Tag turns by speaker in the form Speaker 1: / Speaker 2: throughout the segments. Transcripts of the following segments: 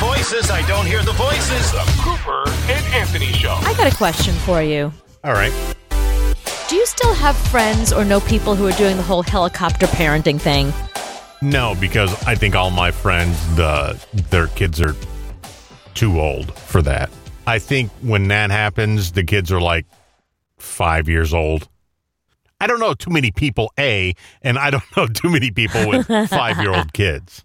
Speaker 1: voices. I don't hear the voices.
Speaker 2: The Cooper and Anthony Show.
Speaker 3: I got a question for you.
Speaker 1: All right.
Speaker 3: Do you still have friends or know people who are doing the whole helicopter parenting thing?
Speaker 1: No, because I think all my friends, the their kids are too old for that. I think when that happens, the kids are like five years old. I don't know too many people, A, and I don't know too many people with five year old kids.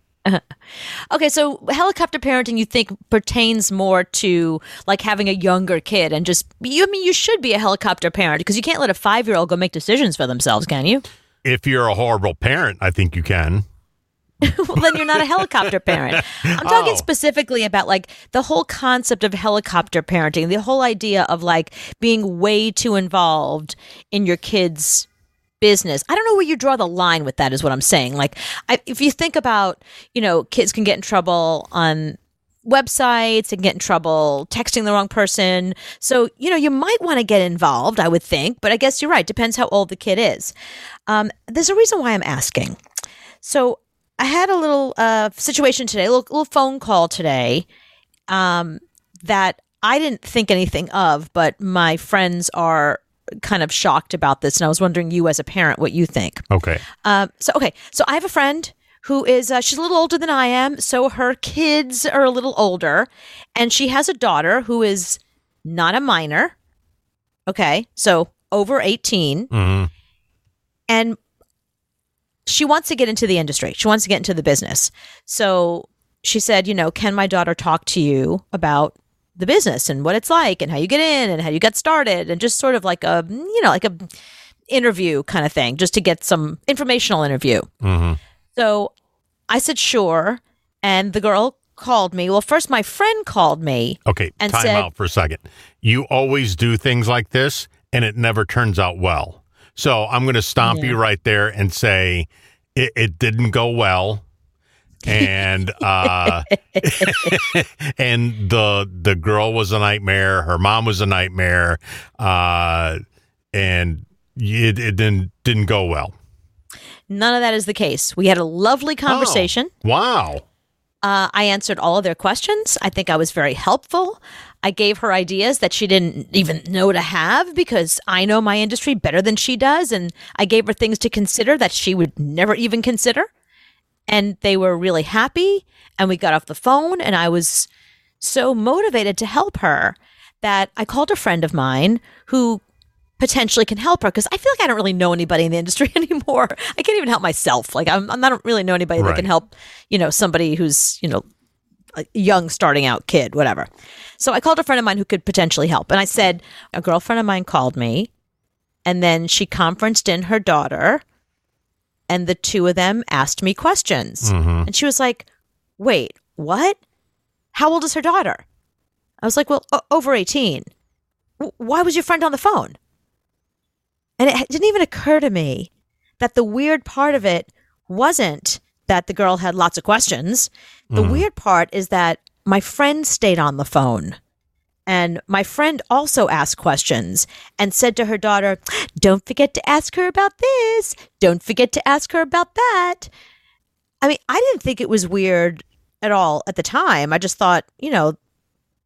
Speaker 3: Okay, so helicopter parenting you think pertains more to like having a younger kid and just you I mean you should be a helicopter parent because you can't let a 5-year-old go make decisions for themselves, can you?
Speaker 1: If you're a horrible parent, I think you can.
Speaker 3: well, then you're not a helicopter parent. I'm talking
Speaker 1: Oh.
Speaker 3: specifically about like the whole concept of helicopter parenting, the whole idea of like being way too involved in your kids' business. I don't know where you draw the line with that is what I'm saying. Like I, if you think about, you know, kids can get in trouble on websites and get in trouble texting the wrong person. So, you know, you might want to get involved, I would think, but I guess you're right, depends how old the kid is. Um, there's a reason why I'm asking. So I had a little uh, situation today, a little, little phone call today um, that I didn't think anything of, but my friends are kind of shocked about this. And I was wondering, you as a parent, what you think.
Speaker 1: Okay.
Speaker 3: Um, so, okay. So I have a friend who is, uh, she's a little older than I am. So her kids are a little older. And she has a daughter who is not a minor. Okay. So over 18
Speaker 1: hmm
Speaker 3: and she wants to get into the industry. She wants to get into the business. So she said, you know, can my daughter talk to you about the business and what it's like and how you get in and how you got started and just sort of like a, you know, like a interview kind of thing, just to get some informational interview.
Speaker 1: hmm
Speaker 3: So I said, sure. And the girl called me. Well, first my friend called me.
Speaker 1: Okay.
Speaker 3: And
Speaker 1: time
Speaker 3: said-
Speaker 1: out for a second. You always do things like this, and it never turns out well. So I'm going to stomp you right there and say it, it didn't go well. And uh, and the the girl was a nightmare. Her mom was a nightmare, uh, and it, it didn't didn't go well.
Speaker 3: None of that is the case. We had a lovely conversation.
Speaker 1: Oh, wow.
Speaker 3: Uh, I answered all of their questions. I think I was very helpful. I gave her ideas that she didn't even know to have because I know my industry better than she does. And I gave her things to consider that she would never even consider. And they were really happy. And we got off the phone, and I was so motivated to help her that I called a friend of mine who potentially can help her because I feel like I don't really know anybody in the industry anymore. I can't even help myself. Like I'm, I'm- I don't really know anybody that
Speaker 1: Right.
Speaker 3: can help, you know, somebody who's you know a young starting out kid, whatever. So I called a friend of mine who could potentially help, and I said a girlfriend of mine called me, and then she conferenced in her daughter, and the two of them asked me questions, and she was like, "Wait, what? How old is her daughter?" I was like, "Well, o- over eighteen. W- why was your friend on the phone?" And it didn't even occur to me that the weird part of it wasn't that the girl had lots of questions. The weird part is that my friend stayed on the phone. And my friend also asked questions and said to her daughter, Don't forget to ask her about this. Don't forget to ask her about that. I mean, I didn't think it was weird at all at the time. I just thought, you know,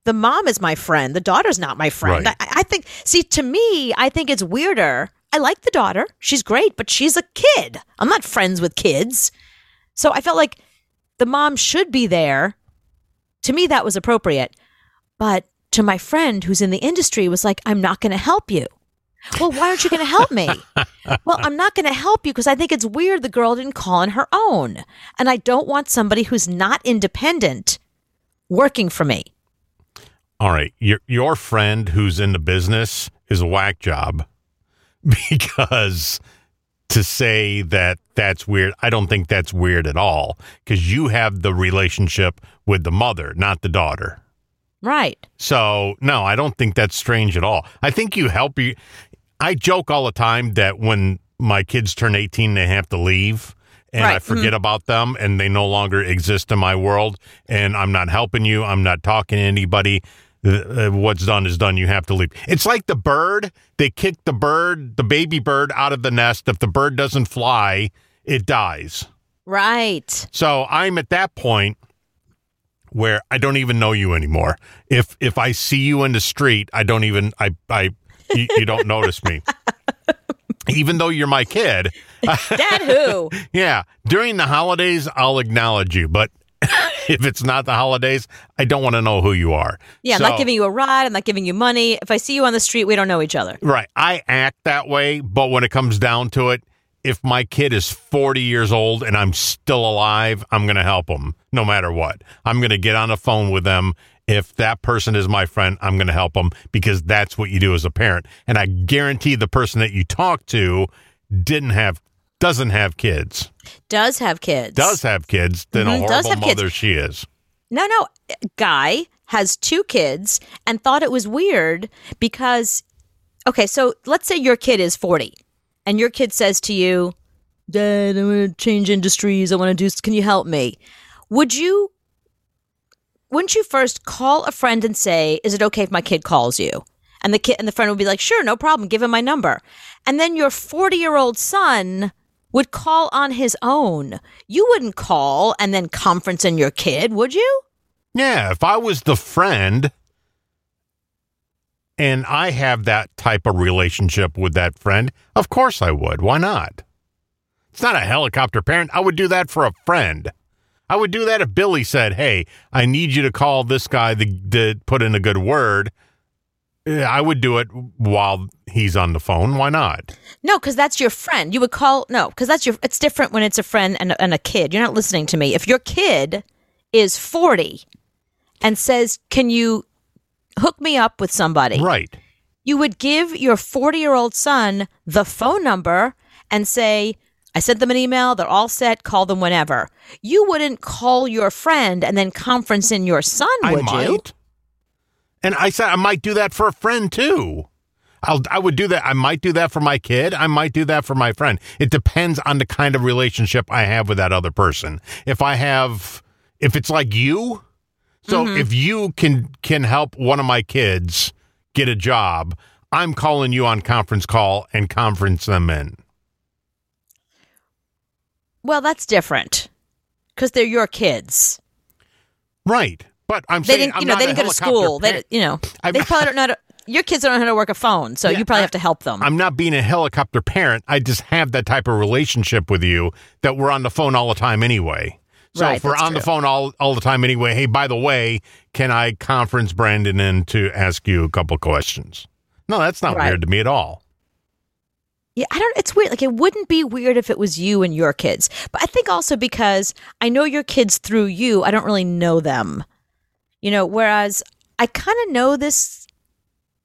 Speaker 3: the mom is my friend, the daughter's not my friend.
Speaker 1: Right.
Speaker 3: I, I think, see, to me, I think it's weirder. I like the daughter. She's great, but she's a kid. I'm not friends with kids. So I felt like the mom should be there. To me, that was appropriate. But to my friend who's in the industry was like, I'm not going to help you. Well, why aren't you going to help me? well, I'm not going to help you because I think it's weird the girl didn't call on her own. And I don't want somebody who's not independent working for me.
Speaker 1: All right, your your friend who's in the business is a whack job because to say that that's weird, I don't think that's weird at all because you have the relationship with the mother, not the daughter.
Speaker 3: Right.
Speaker 1: So, no, I don't think that's strange at all. I think you help you. I joke all the time that when my kids turn 18, they have to leave and I
Speaker 3: Right, Mm-hmm.
Speaker 1: forget about them and they no longer exist in my world. And I'm not helping you. I'm not talking to anybody. Uh, uh, What's done is done. You have to leave. It's like the bird. They kick the bird, the baby bird, out of the nest. If the bird doesn't fly, it dies.
Speaker 3: Right.
Speaker 1: So I'm at that point where I don't even know you anymore. If if I see you in the street, I don't even I I you, you don't notice me. Even though you're my kid,
Speaker 3: Dad, who?
Speaker 1: yeah. During the holidays, I'll acknowledge you, but if it's not the holidays, I don't want to know who you are.
Speaker 3: Yeah, I'm
Speaker 1: So-
Speaker 3: not giving you a ride. I'm not giving you money. If I see you on the street, we don't know each other.
Speaker 1: Right. I act that way, but when it comes down to it, if my kid is 40 years old and I'm still alive, I'm going to help them no matter what. I'm going to get on the phone with them. If that person is my friend, I'm going to help them because that's what you do as a parent. And I guarantee the person that you talk to didn't have doesn't have kids.
Speaker 3: Does have kids.
Speaker 1: Does have kids, then
Speaker 3: Mhm,
Speaker 1: a
Speaker 3: does
Speaker 1: horrible
Speaker 3: have kids.
Speaker 1: mother she is.
Speaker 3: No, no. Guy has two kids and thought it was weird because, okay, so let's say your kid is 40 and your kid says to you, Dad, I want to change industries. I want to do, can you help me? Would you, wouldn't you first call a friend and say, Is it okay if my kid calls you? And the kid and the friend would be like, Sure, no problem. Give him my number. And then your 40 year old son would call on his own. You wouldn't call and then conference in your kid, would you?
Speaker 1: Yeah, if I was the friend and I have that type of relationship with that friend, of course I would. Why not? It's not a helicopter parent. I would do that for a friend. I would do that if Billy said, "Hey, I need you to call this guy to, to put in a good word." Eh, I would do it while he's on the phone. Why not?
Speaker 3: No, because that's your friend. You would call no, because that's your. It's different when it's a friend and and a kid. You're not listening to me. If your kid is forty and says, "Can you hook me up with somebody?"
Speaker 1: Right.
Speaker 3: You would give your forty year old son the phone number and say. I sent them an email. They're all set. Call them whenever. You wouldn't call your friend and then conference in your son,
Speaker 1: I
Speaker 3: would
Speaker 1: might.
Speaker 3: you?
Speaker 1: And I said I might do that for a friend too. I'll, I would do that. I might do that for my kid. I might do that for my friend. It depends on the kind of relationship I have with that other person. If I have, if it's like you, so if you can can help one of my kids get a job, I'm calling you on conference call and conference them in.
Speaker 3: Well, that's different because they're your kids.
Speaker 1: Right. But I'm
Speaker 3: They
Speaker 1: saying
Speaker 3: didn't,
Speaker 1: I'm
Speaker 3: you know,
Speaker 1: not
Speaker 3: they
Speaker 1: a
Speaker 3: didn't go to
Speaker 1: helicopter
Speaker 3: school. They,
Speaker 1: parent.
Speaker 3: you know,
Speaker 1: I'm-
Speaker 3: they probably don't know. How to, your kids don't know how to work a phone, so
Speaker 1: Yeah,
Speaker 3: you probably
Speaker 1: I-
Speaker 3: have to help them.
Speaker 1: I'm not being a helicopter parent. I just have that type of relationship with you that we're on the phone all the time anyway. So
Speaker 3: Right,
Speaker 1: if we're
Speaker 3: that's
Speaker 1: on the
Speaker 3: true.
Speaker 1: phone all, all the time anyway, hey, by the way, can I conference Brandon in to ask you a couple questions? No, that's not
Speaker 3: Right.
Speaker 1: weird to me at all.
Speaker 3: yeah, I don't. It's weird. Like it wouldn't be weird if it was you and your kids, but I think also because I know your kids through you, I don't really know them. You know, whereas I kind of know this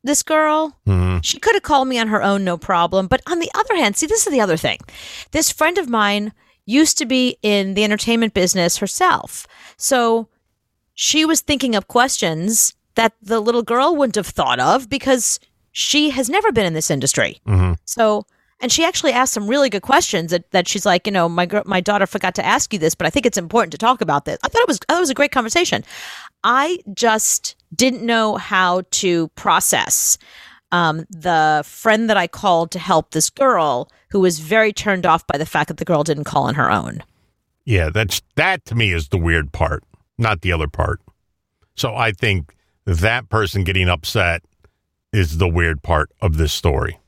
Speaker 3: this girl.
Speaker 1: Mhm.
Speaker 3: She could have called me on her own, no problem. But on the other hand, see, this is the other thing. This friend of mine used to be in the entertainment business herself. So she was thinking of questions that the little girl wouldn't have thought of because she has never been in this industry.
Speaker 1: Mm-hmm.
Speaker 3: So, and she actually asked some really good questions that, that she's like, you know, my gr- my daughter forgot to ask you this, but I think it's important to talk about this. I thought it was I thought it was a great conversation. I just didn't know how to process um, the friend that I called to help this girl who was very turned off by the fact that the girl didn't call on her own.
Speaker 1: Yeah, that's that to me is the weird part, not the other part. So I think that person getting upset is the weird part of this story.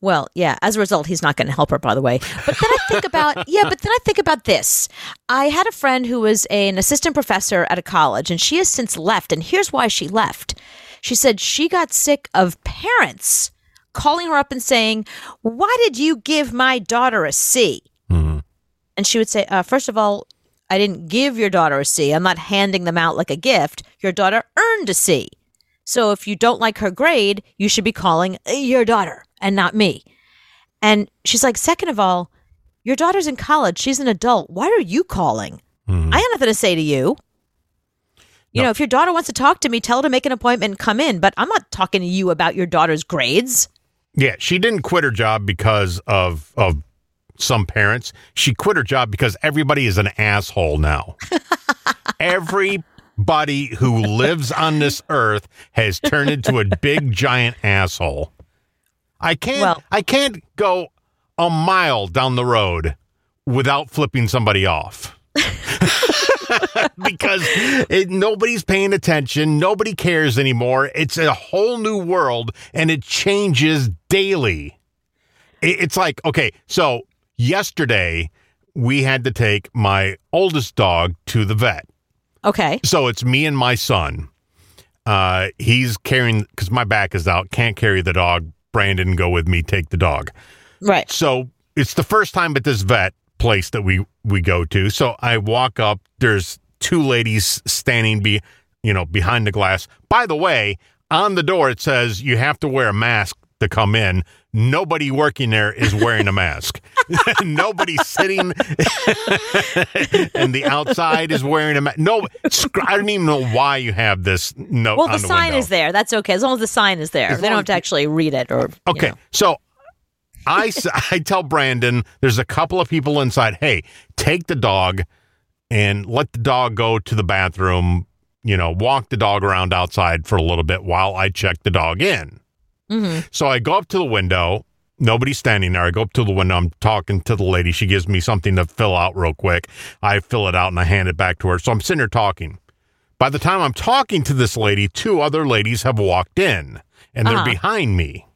Speaker 3: Well, yeah. As a result, he's not going to help her, by the way. But then I think about yeah. But then I think about this. I had a friend who was an assistant professor at a college, and she has since left. And here's why she left. She said she got sick of parents calling her up and saying, "Why did you give my daughter a C?" And she would say, uh, first of all, I didn't give your daughter a C. I'm not handing them out like a gift. Your daughter earned a C. So if you don't like her grade, you should be calling uh, your daughter and not me. And she's like, second of all, your daughter's in college. She's an adult. Why are you calling?
Speaker 1: Mm-hmm.
Speaker 3: I have nothing to say to you. You know, if your daughter wants to talk to me, tell her to make an appointment and come in. But I'm not talking to you about your daughter's grades.
Speaker 1: Yeah, she didn't quit her job because of of some parents. She quit her job because everybody is an asshole now. everybody who lives on this earth has turned into a big giant asshole. I can't
Speaker 3: Well-
Speaker 1: I can't go a mile down the road without flipping somebody off. because it, nobody's paying attention. Nobody cares anymore. It's a whole new world and it changes daily. It, it's like, okay, so yesterday we had to take my oldest dog to the vet.
Speaker 3: Okay.
Speaker 1: So it's me and my son. Uh, he's carrying, because my back is out, can't carry the dog. Brandon, go with me, take the dog.
Speaker 3: Right.
Speaker 1: So it's the first time at this vet place that we we go to. So I walk up. There's two ladies standing be you know behind the glass. By the way, on the door it says you have to wear a mask to come in. Nobody working there is wearing a mask. Nobody sitting and the outside is wearing a mask. No, sc- I don't even know why you have this note.
Speaker 3: Well, the
Speaker 1: on Oh, the
Speaker 3: sign
Speaker 1: window.
Speaker 3: is there. That's okay. As long as the sign is there,
Speaker 1: As
Speaker 3: they
Speaker 1: long
Speaker 3: don't have to
Speaker 1: as
Speaker 3: actually read it or. you
Speaker 1: Okay,
Speaker 3: know.
Speaker 1: so I s- I tell Brandon there's a couple of people inside. Hey, take the dog and let the dog go to the bathroom. You know, walk the dog around outside for a little bit while I check the dog in.
Speaker 4: Mm-hmm.
Speaker 3: Mhm.
Speaker 1: So I go up to the window. Nobody's standing there. I go up to the window. I'm talking to the lady. She gives me something to fill out real quick. I fill it out and I hand it back to her. So I'm sitting there talking. By the time I'm talking to this lady, two other ladies have walked in and they're
Speaker 3: Uh-huh.
Speaker 1: behind me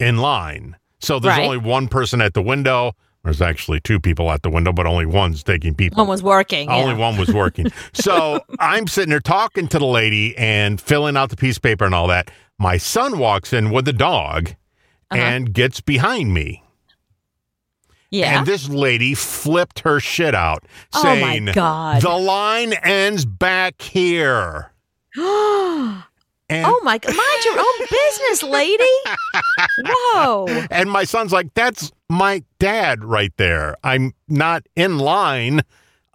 Speaker 1: in line. So there's
Speaker 3: Right.
Speaker 1: only one person at the window. There's actually two people at the window, but only one's taking people.
Speaker 3: One was working. yeah.
Speaker 1: Only one was working. so I'm sitting there talking to the lady and filling out the piece of paper and all that. My son walks in with the dog
Speaker 3: Uh-huh.
Speaker 1: and gets behind me.
Speaker 3: Yeah.
Speaker 1: And this lady flipped her shit out,
Speaker 3: Oh my
Speaker 1: saying,
Speaker 3: God.
Speaker 1: The line ends back here. And,
Speaker 3: oh my! g- Mind your own business, lady. Whoa.
Speaker 1: and my son's like, That's my dad right there. I'm not in line.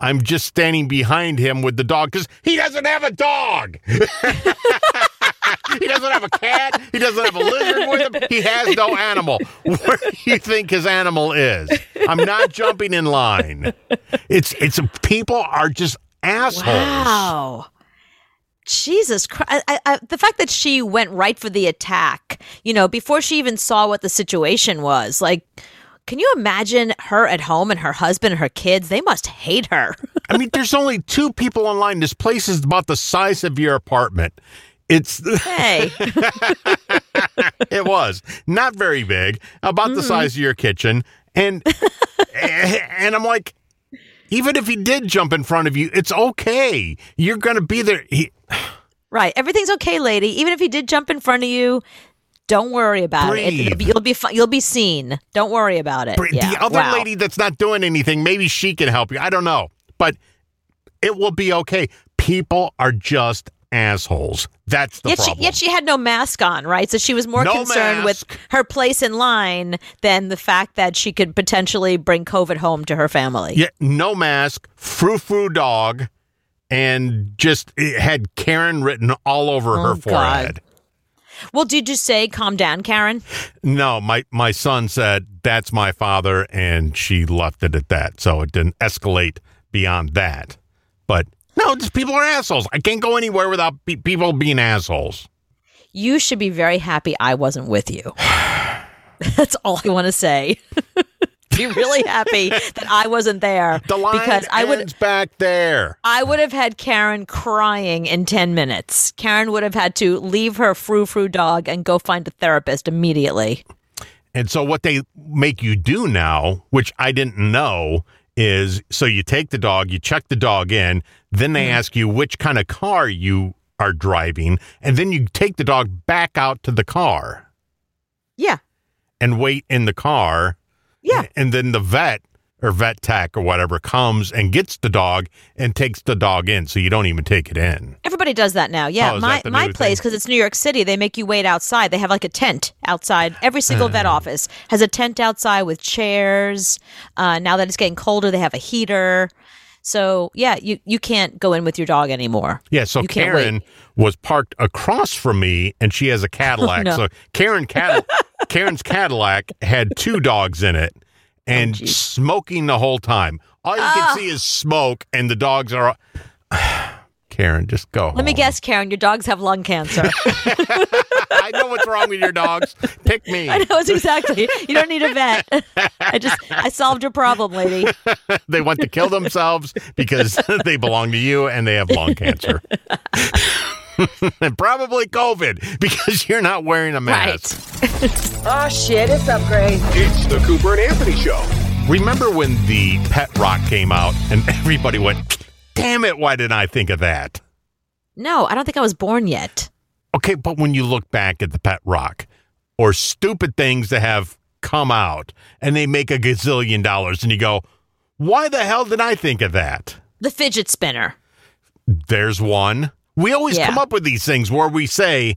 Speaker 1: I'm just standing behind him with the dog because he doesn't have a dog. He doesn't have a cat. He doesn't have a lizard with him. He has no animal. Where do you think his animal is? I'm not jumping in line. It's it's people are just assholes.
Speaker 3: Wow. Jesus Christ! I, I, the fact that she went right for the attack, you know, before she even saw what the situation was, like. Can you imagine her at home and her husband and her kids? They must hate her.
Speaker 1: I mean, there's only two people online. This place is about the size of your apartment. It's
Speaker 3: Hey,
Speaker 1: it was not very big, about the size of your kitchen, and and I'm like, even if he did jump in front of you, it's okay. You're gonna be there. He,
Speaker 3: right. Everything's okay, lady. Even if he did jump in front of you, don't worry about it.
Speaker 1: Breathe.
Speaker 3: it. You'll be fi- you'll be seen. Don't worry about it.
Speaker 1: Br-
Speaker 3: Yeah.
Speaker 1: The other
Speaker 3: Wow.
Speaker 1: lady that's not doing anything, maybe she can help you. I don't know, but it will be okay. People are just assholes. That's the
Speaker 3: yet
Speaker 1: problem.
Speaker 3: She, yet she had no mask on, right? So she was more
Speaker 1: No
Speaker 3: concerned with
Speaker 1: mask.
Speaker 3: her place in line than the fact that she could potentially bring COVID home to her family.
Speaker 1: Yeah, no mask, frou frou dog, and just it had Karen written all over her
Speaker 3: Oh, God.
Speaker 1: forehead.
Speaker 3: Well, did you say calm down, Karen?
Speaker 1: No, my my son said that's my father, and she left it at that, so it didn't escalate beyond that. But no, just people are assholes. I can't go anywhere without pe- people being assholes.
Speaker 3: You should be very happy I wasn't with you. That's all I want to say. be really happy that I wasn't there
Speaker 1: The line
Speaker 3: because I would
Speaker 1: ends back there.
Speaker 3: I would have had Karen crying in 10 minutes. Karen would have had to leave her frou frou dog and go find a therapist immediately.
Speaker 1: And so what they make you do now, which I didn't know, is so you take the dog, you check the dog in, then they
Speaker 3: Mm-hmm.
Speaker 1: ask you which kind of car you are driving, and then you take the dog back out to the car
Speaker 3: Yeah.
Speaker 1: and wait in the car.
Speaker 3: Yeah.
Speaker 1: And then the vet or vet tech or whatever comes and gets the dog and takes the dog in, so you don't even take it in.
Speaker 3: Everybody does that now. Yeah,
Speaker 1: Oh, is
Speaker 3: my
Speaker 1: that the
Speaker 3: my
Speaker 1: new
Speaker 3: place
Speaker 1: thing?
Speaker 3: because it's New York City. They make you wait outside. They have like a tent outside. Every single vet office has a tent outside with chairs. Uh, now that it's getting colder, they have a heater. So yeah, you you can't go in with your dog anymore.
Speaker 1: Yeah, so
Speaker 3: You can't wait.
Speaker 1: Karen was parked across from me, and she has a Cadillac.
Speaker 3: Oh, no.
Speaker 1: So Karen Cad- Karen's Cadillac had two dogs in
Speaker 3: Oh,
Speaker 1: it, and smoking the whole time. All you
Speaker 3: Ah.
Speaker 1: can see is smoke, and the dogs are. Karen, just go.
Speaker 3: Let me guess, Karen, your dogs have lung cancer.
Speaker 1: I know what's wrong with your dogs. Pick me.
Speaker 3: I know it's exactly. You don't need a vet. I just I solved your problem, lady.
Speaker 1: They want to kill themselves because they belong to you and they have lung cancer. and probably COVID because you're not wearing a mask.
Speaker 5: Oh shit, it's upgrade.
Speaker 2: It's the Cooper and Anthony Show.
Speaker 1: Remember when the pet rock came out and everybody went, damn it, why didn't I think of that?
Speaker 3: No, I don't think I was born yet.
Speaker 1: Okay, but when you look back at the pet rock or stupid things that have come out and they make a gazillion dollars and you go, why the hell did I think of that?
Speaker 3: The fidget spinner.
Speaker 1: There's one. We always
Speaker 3: Yeah.
Speaker 1: come up with these things where we say,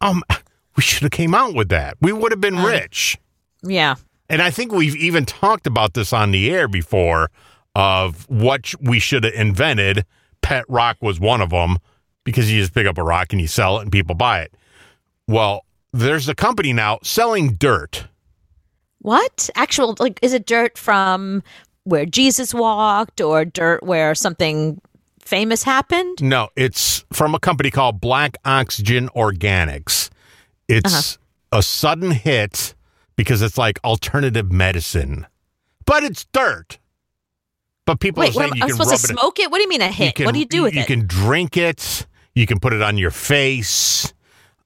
Speaker 1: um, we should have came out with that. We would have been rich.
Speaker 3: Uh, Yeah.
Speaker 1: And I think we've even talked about this on the air before of what sh- we should have invented. Pet rock was one of them because you just pick up a rock and you sell it and people buy it. Well, there's a company now selling dirt.
Speaker 3: What? Actual like is it dirt from where Jesus walked or dirt where something famous happened?
Speaker 1: No, it's from a company called Black Oxygen Organics. It's
Speaker 3: Uh-huh.
Speaker 1: a sudden hit because it's like alternative medicine, but it's dirt. But people
Speaker 3: Wait,
Speaker 1: are
Speaker 3: what
Speaker 1: saying
Speaker 3: am,
Speaker 1: you
Speaker 3: I'm
Speaker 1: can
Speaker 3: supposed to
Speaker 1: rub it.
Speaker 3: smoke it? What do you mean a hit?
Speaker 1: can-
Speaker 3: what do you do with
Speaker 1: you
Speaker 3: it?
Speaker 1: can drink it. You can put it on your face.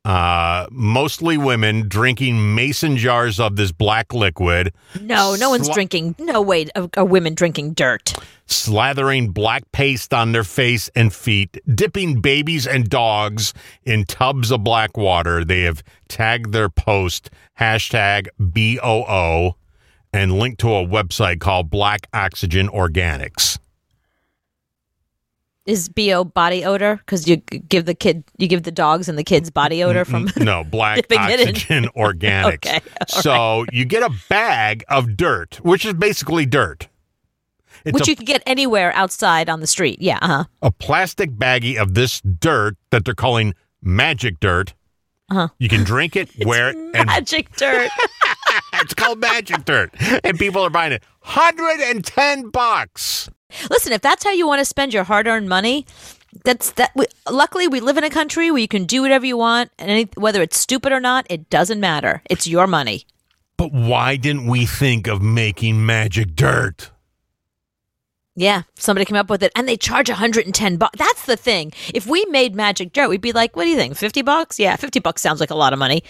Speaker 1: Uh, mostly women drinking mason jars of this black liquid,
Speaker 3: no, no one's
Speaker 1: sli-
Speaker 3: drinking. No way a, a women drinking dirt.
Speaker 1: slathering black paste on their face and feet, dipping babies and dogs in tubs of black water. They have tagged their post hashtag BOO and linked to a website called Black Oxygen Organics.
Speaker 3: Is bo body odor? Because you g- give the kid, you give the dogs and the kids
Speaker 1: Mm,
Speaker 3: body odor from.
Speaker 1: No, black
Speaker 3: Dipping it in.
Speaker 1: oxygen organics.
Speaker 3: Okay, all
Speaker 1: so you get a bag of dirt, which is basically dirt. It's
Speaker 3: which
Speaker 1: a,
Speaker 3: you can get anywhere outside on the street. Yeah, uh-huh.
Speaker 1: a plastic baggie of this dirt that they're calling magic dirt.
Speaker 3: Uh-huh.
Speaker 1: You can drink it, wear it, and
Speaker 3: magic dirt.
Speaker 1: it's called magic dirt. And people are buying it. 110 bucks.
Speaker 3: Listen, if that's how you want to spend your hard-earned money, that's that. We, luckily, we live in a country where you can do whatever you want, and any, whether it's stupid or not, it doesn't matter. It's your money.
Speaker 1: But why didn't we think of making magic dirt?
Speaker 3: Yeah, somebody came up with it, and they charge 110 bucks. That's the thing. If we made magic dirt, we'd be like, "What do you think? 50 bucks? Yeah, 50 bucks sounds like a lot of money.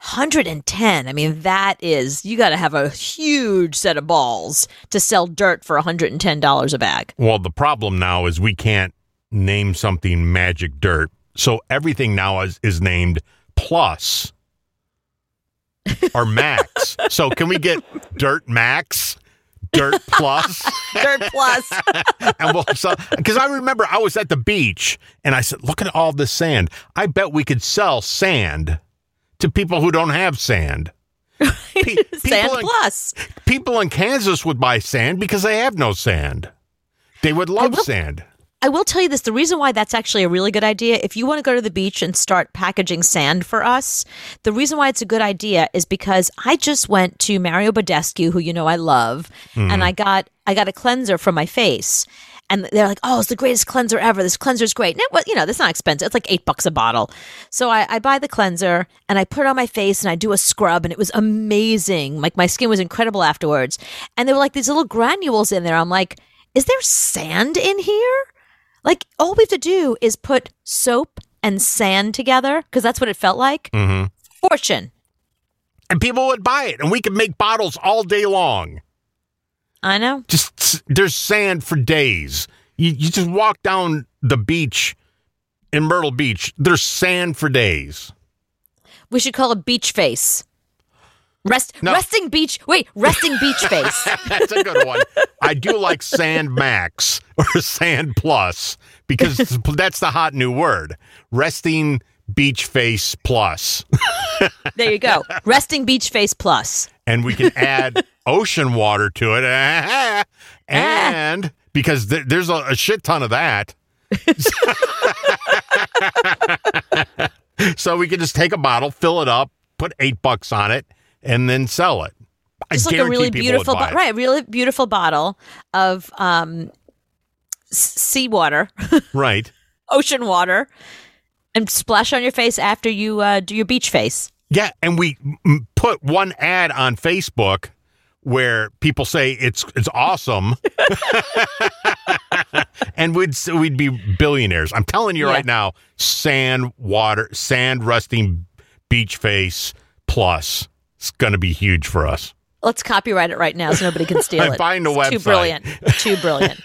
Speaker 3: 110. I mean, that is you got to have a huge set of balls to sell dirt for 110 dollars a bag.
Speaker 1: Well, the problem now is we can't name something magic dirt. So everything now is, is named plus or max. so can we get dirt max, dirt plus?
Speaker 3: Dirt plus.
Speaker 1: and we'll because I remember I was at the beach and I said, look at all this sand. I bet we could sell sand to people who don't have sand. Pe- people
Speaker 3: Sand
Speaker 1: in-
Speaker 3: plus.
Speaker 1: people in Kansas would buy sand because they have no sand. They would love
Speaker 3: will-
Speaker 1: sand.
Speaker 3: I will tell you this the reason why that's actually a really good idea, if you want to go to the beach and start packaging sand for us, the reason why it's a good idea is because I just went to Mario Badescu, who you know I love, and I got I got a cleanser for my face. And they're like, oh, it's the greatest cleanser ever. This cleanser's great. And it was, you know, that's not expensive. It's like eight bucks a bottle. So I, I buy the cleanser and I put it on my face and I do a scrub and it was amazing. Like my skin was incredible afterwards. And there were like these little granules in there. I'm like, is there sand in here? Like all we have to do is put soap and sand together because that's what it felt like.
Speaker 1: Mhm.
Speaker 3: Fortune.
Speaker 1: and people would buy it and we could make bottles all day long
Speaker 3: I know.
Speaker 1: just s- there's sand for days you, you just walk down the beach in myrtle beach there's sand for days
Speaker 3: We should call it beach face. Rest
Speaker 1: No.
Speaker 3: resting beach. Wait, resting beach face.
Speaker 1: that's a good one i do like sand max or sand plus because that's the hot new word resting beach face plus
Speaker 3: There you go. Resting beach face plus.
Speaker 1: and we can add ocean water to
Speaker 3: Ah.
Speaker 1: it and because th- there's a, a shit ton of that so we can just take a bottle fill it up put eight bucks on it and then sell it
Speaker 3: Just
Speaker 1: I
Speaker 3: like a
Speaker 1: guarantee
Speaker 3: really
Speaker 1: people would
Speaker 3: beautiful,
Speaker 1: buy
Speaker 3: bo-
Speaker 1: it.
Speaker 3: right? Really beautiful bottle of um, s- seawater,
Speaker 1: right
Speaker 3: ocean water, and splash on your face after you uh, do your beach face.
Speaker 1: Yeah, and we m- put one ad on Facebook where people say it's it's awesome, and we'd s- we'd be billionaires. I'm telling you
Speaker 3: Yeah.
Speaker 1: right now, sand water, sand rusting, beach face plus. It's gonna be huge for us.
Speaker 3: Let's copyright it right now so nobody can steal it.
Speaker 1: Find the
Speaker 3: It's Too
Speaker 1: website.
Speaker 3: brilliant. Too brilliant.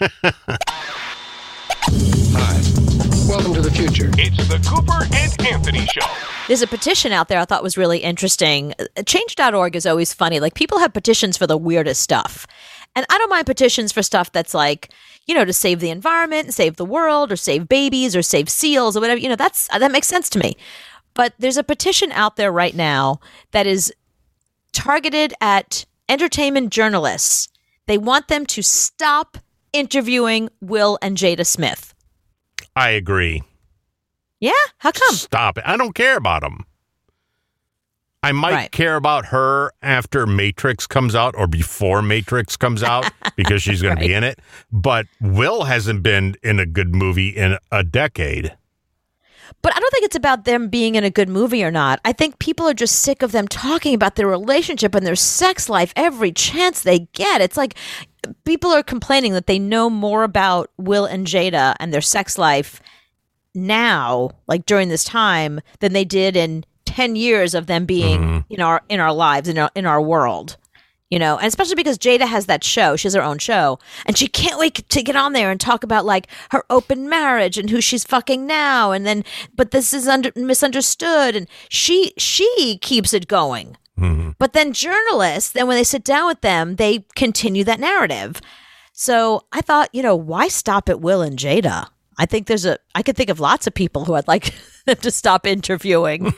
Speaker 2: Welcome to the future.
Speaker 6: It's the Cooper and Anthony Show.
Speaker 3: There's a petition out there I thought was really interesting. Uh, Change.org is always funny. Like people have petitions for the weirdest stuff. And I don't mind petitions for stuff that's like, you know, to save the environment, and save the world, or save babies, or save seals, or whatever. You know, that's that makes sense to me. But there's a petition out there right now that is targeted at entertainment journalists. They want them to stop interviewing Will and Jada Smith.
Speaker 1: I agree.
Speaker 3: Yeah, how come?
Speaker 1: Stop it. I don't care about them. I might
Speaker 3: Right.
Speaker 1: care about her after Matrix comes out or before Matrix comes out because she's going to be in it. But Will hasn't been in a good movie in a decade.
Speaker 3: But I don't think it's about them being in a good movie or not. I think people are just sick of them talking about their relationship and their sex life every chance they get. It's like people are complaining that they know more about Will and Jada and their sex life now, like during this time, than they did in 10 years of them being in our in our lives in our in our world. You know, and especially because Jada has that show, she has her own show, and she can't wait to get on there and talk about like her open marriage and who she's fucking now and then but this is under, misunderstood and she she keeps it going. But then journalists, then when they sit down with them, they continue that narrative. So I thought, you know, why stop at Will and Jada? I think there's a I could think of lots of people who I'd like them to stop interviewing.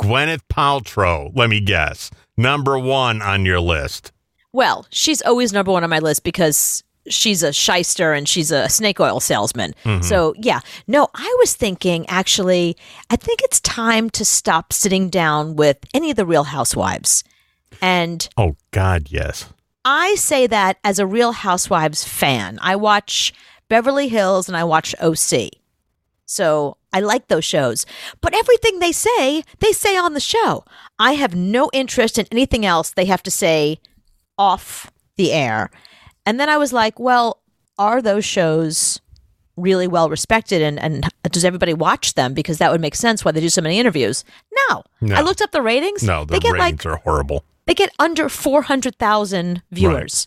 Speaker 1: Gwyneth Paltrow, let me guess, number one on your list.
Speaker 3: well, she's always number one on my list because she's a shyster and she's a snake oil salesman. So yeah. No, I was thinking actually, I think it's time to stop sitting down with any of the real housewives. And
Speaker 1: Oh, God, yes.
Speaker 3: I say that as a Real Housewives fan. I watch Beverly Hills and I watch OC. So I like those shows. But everything they say, they say on the show. I have no interest in anything else they have to say off the air. And then I was like, well, are those shows really well respected and, and does everybody watch them? Because that would make sense why they do so many interviews. No.
Speaker 1: No.
Speaker 3: I looked up the ratings.
Speaker 1: No,
Speaker 3: they
Speaker 1: the
Speaker 3: get like
Speaker 1: ratings are horrible.
Speaker 3: they get under 400,000 viewers.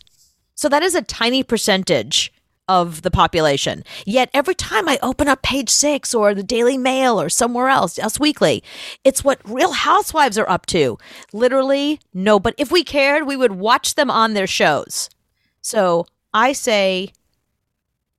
Speaker 3: So that is a tiny percentage of the population. Yet every time I open up page six or the Daily Mail or somewhere else, Us Weekly, it's what real housewives are up to. Literally, no, but if we cared, we would watch them on their shows. So I say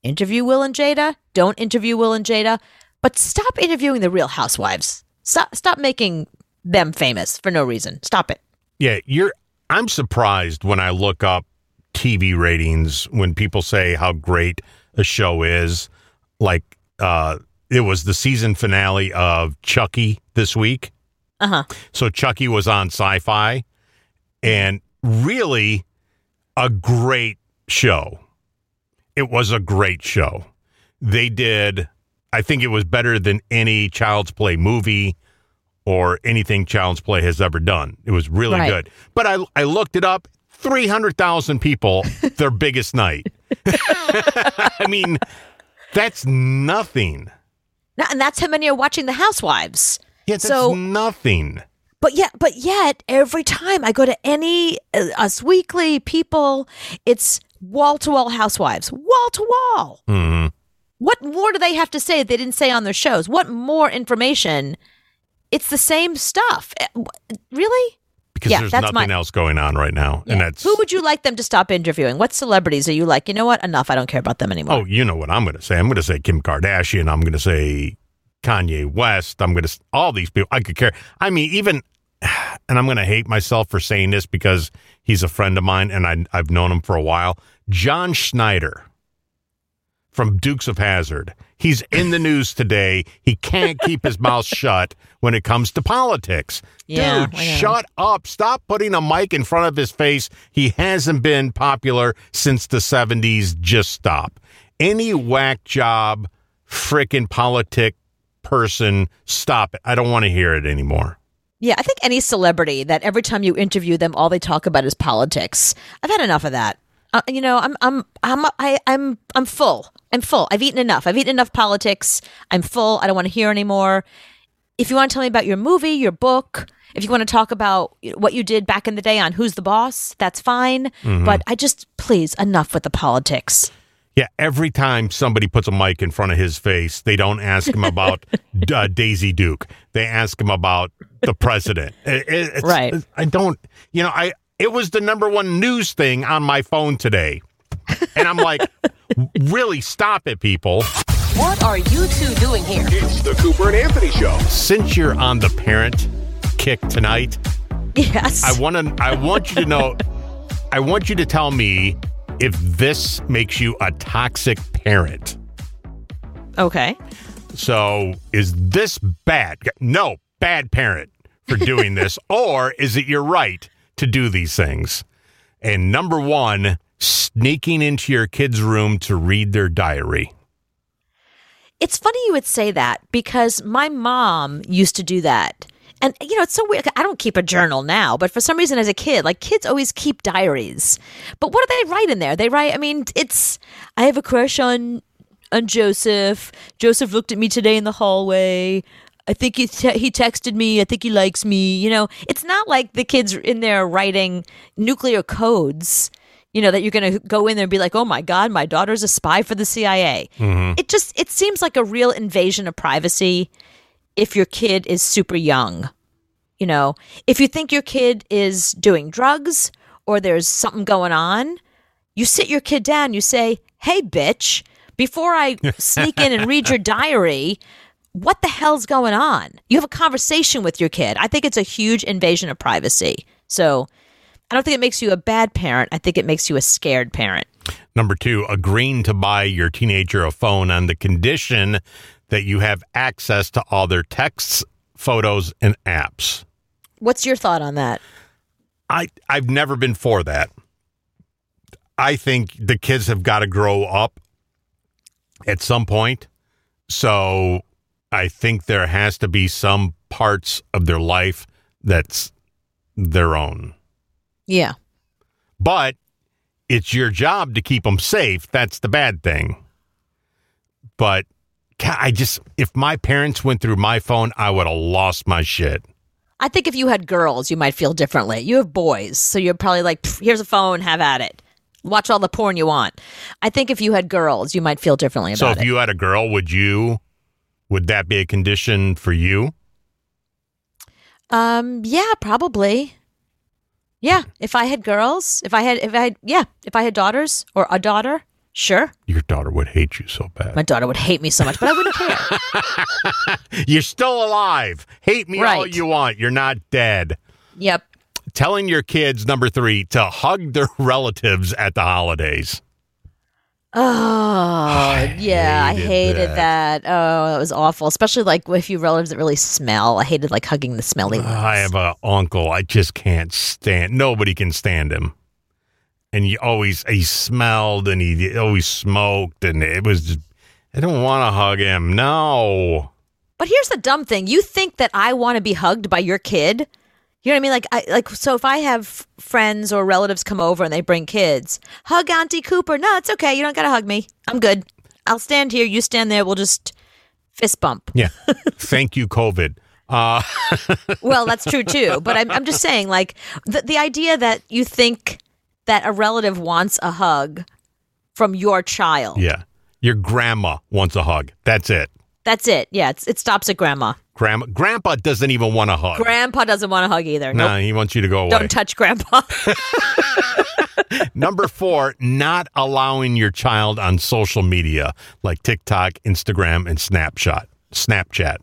Speaker 3: interview Will and Jada, don't interview Will and Jada, but stop interviewing the real housewives. Stop, stop making them famous for no reason. Stop it.
Speaker 1: Yeah, you're I'm surprised when I look up TV ratings when people say how great a show is. Like uh it was the season finale of Chucky this week.
Speaker 3: Uh-huh.
Speaker 1: So Chucky was on Sci-Fi and really a great show. It was a great show. They did I think it was better than any Child's Play movie or anything Child's Play has ever done. It was really
Speaker 3: Right.
Speaker 1: good. But I I looked it up. Three hundred thousand people, their biggest night. I mean, that's nothing.
Speaker 3: No, And that's how many are watching The Housewives.
Speaker 1: Yeah, that's
Speaker 3: So-
Speaker 1: nothing.
Speaker 3: But yet, but yet, every time I go to any uh, Us Weekly, people, it's wall to wall Housewives, wall to wall.
Speaker 1: Mm-hmm.
Speaker 3: What more do they have to say that they didn't say on their shows? What more information? It's the same stuff. Eh, wh- Really?
Speaker 1: Because
Speaker 3: Yeah,
Speaker 1: there's
Speaker 3: that's
Speaker 1: nothing
Speaker 3: my-
Speaker 1: else going on right now, and that's
Speaker 3: Who would you like them to stop interviewing? What celebrities are you like? You know what? Enough. I don't care about them anymore.
Speaker 1: Oh, you know what I'm going to say. I'm going to say Kim Kardashian. I'm going to say Kanye West. I'm going to all these people. I could care. I mean, even and I'm going to hate myself for saying this because he's a friend of mine and I, I've known him for a while. John Schneider from Dukes of Hazard. He's in the news today. He can't keep his mouth shut when it comes to politics.
Speaker 3: Yeah,
Speaker 1: Dude,
Speaker 3: I know.
Speaker 1: shut up. Stop putting a mic in front of his face. He hasn't been popular since the 70s. Just stop. Any whack job, frickin' politic person. Stop it. I don't want to hear it anymore.
Speaker 3: Yeah, I think any celebrity that every time you interview them, all they talk about is politics. I've had enough of that. Uh, you know, I'm I'm I'm I, I'm I'm full. I'm full. I've eaten enough. I've eaten enough politics. I'm full. I don't want to hear anymore. If you want to tell me about your movie, your book, if you want to talk about what you did back in the day on Who's the Boss, that's fine. But I just please enough with the politics.
Speaker 1: Yeah, every time somebody puts a mic in front of his face, they don't ask him about uh, Daisy Duke. They ask him about the president. It- it- it's-
Speaker 3: Right.
Speaker 1: I don't. You know, I it was the number one news thing on my phone today, and I'm like, really, stop it, people.
Speaker 5: What are you two doing here?
Speaker 6: It's the Cooper and Anthony Show.
Speaker 1: Since you're on the parent kick tonight,
Speaker 3: Yes.
Speaker 1: I want to. I want you to know. I want you to tell me if this makes you a toxic parent.
Speaker 3: okay.
Speaker 1: So is this bad? No, bad parent for doing this, or is it your right to do these things? And number one, sneaking into your kid's room to read their diary.
Speaker 3: It's funny you would say that because my mom used to do that. And, you know, it's so weird. I don't keep a journal now, but for some reason as a kid, like kids always keep diaries. But what do they write in there? They write, I mean, it's, I have a crush on, on Joseph. Joseph looked at me today in the hallway. I think he, te- he texted me. I think he likes me. You know, it's not like the kids are in there writing nuclear codes, you know, that you're going to go in there and be like, oh my God, my daughter's a spy for the CIA
Speaker 7: Hmm.
Speaker 3: it just it seems like a real invasion of privacy if your kid is super young you know if you think your kid is doing drugs or there's something going on you sit your kid down you say hey bitch before i sneak in and read your diary what the hell's going on you have a conversation with your kid i think it's a huge invasion of privacy so i don't think it makes you a bad parent i think it makes you a scared parent
Speaker 1: Number two, agreeing to buy your teenager a phone on the condition that you have access to all their texts, photos, and apps.
Speaker 3: what's your thought on that
Speaker 1: I I've never been for that. I think the kids have got to grow up at some point. So I think there has to be some parts of their life that's their own.
Speaker 3: yeah
Speaker 1: But it's your job to keep them safe. That's the bad thing. But God, I just if my parents went through my phone, I would have lost my shit.
Speaker 3: I think if you had girls, you might feel differently. You have boys, so you're probably like, "Pff, here's a phone, have at it. Watch all the porn you want. I think if you had girls, you might feel differently
Speaker 1: So
Speaker 3: about
Speaker 1: if
Speaker 3: it.
Speaker 1: you had a girl, would you would that be a condition for you?
Speaker 3: um, yeah, probably. Yeah, if I had girls, if I had, if I had, yeah, if I had daughters or a daughter, sure,
Speaker 1: Your daughter would hate you so bad.
Speaker 3: my daughter would hate me so much, but I wouldn't care.
Speaker 1: You're still alive. Hate me all
Speaker 3: Right.
Speaker 1: you want. You're not dead.
Speaker 3: yep,
Speaker 1: Telling your kids number 3 to hug their relatives at the holidays.
Speaker 3: Oh, yeah, I
Speaker 1: hated
Speaker 3: hated that. Oh, that was awful. Especially like if you relatives that really smell. I hated like hugging the smelly ones.
Speaker 1: I have an uncle I just can't stand. Nobody can stand him. And he always he smelled and he always smoked and it was just, I don't want to hug him. No.
Speaker 3: But here's the dumb thing: you think that I want to be hugged by your kid. You know what I mean? Like, I, like so. If I have friends or relatives come over and they bring kids, hug Auntie Cooper. No, it's okay. You don't gotta hug me. I'm good. I'll stand here. You stand there. We'll just fist bump.
Speaker 1: Yeah. Thank you COVID. Uh
Speaker 3: Well, that's true too. But I'm, I'm just saying, like, the, the idea that you think that a relative wants a hug from your child.
Speaker 1: yeah. Your grandma wants a hug. That's it.
Speaker 3: That's it. Yeah, it's, it stops at grandma.
Speaker 1: Grandma grandpa doesn't even want a hug.
Speaker 3: Grandpa doesn't want a hug either.
Speaker 1: No,
Speaker 3: Nope.
Speaker 1: he wants you to go away.
Speaker 3: Don't touch grandpa.
Speaker 1: Number four, not allowing your child on social media like TikTok, Instagram, and Snapchat. Snapchat.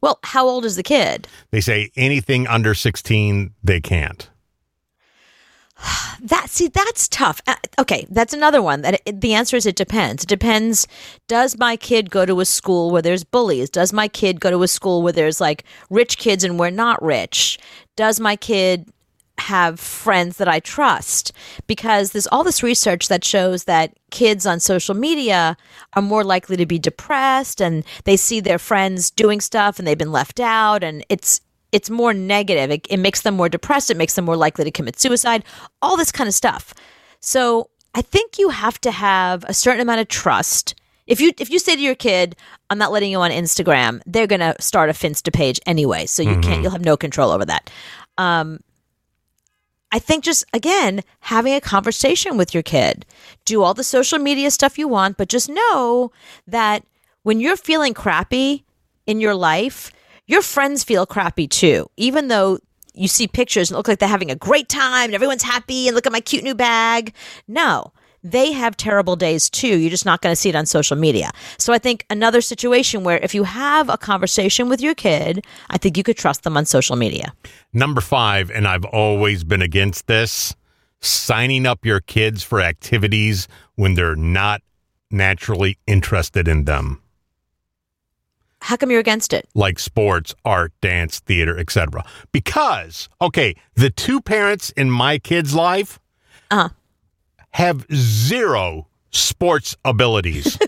Speaker 3: well, how old is the kid?
Speaker 1: They say anything under 16, they can't.
Speaker 3: That see, that's tough. Uh, okay, that's another one. That it, the answer is it depends. It depends. Does my kid go to a school where there's bullies? Does my kid go to a school where there's like rich kids and we're not rich? Does my kid have friends that I trust because there's all this research that shows that kids on social media are more likely to be depressed and they see their friends doing stuff and they've been left out and it's it's more negative. It, it makes them more depressed, it makes them more likely to commit suicide, all this kind of stuff. So, I think you have to have a certain amount of trust. If you if you say to your kid, "I'm not letting you on Instagram," they're going to start a Finsta page anyway, so you can't you'll have no control over that. Um, I think just again having a conversation with your kid. Do all the social media stuff you want, but just know that when you're feeling crappy in your life, your friends feel crappy too. Even though you see pictures and look like they're having a great time and everyone's happy and look at my cute new bag. No, they have terrible days too. You're just not going to see it on social media. So I think another situation where if you have a conversation with your kid, I think you could trust them on social media.
Speaker 1: Number five, and I've always been against this signing up your kids for activities when they're not naturally interested in them,
Speaker 3: How come you're against it?
Speaker 1: like sports, art, dance, theater, etc. Because, okay, the two parents in my kid's life
Speaker 3: Uh-huh.
Speaker 1: have zero sports abilities.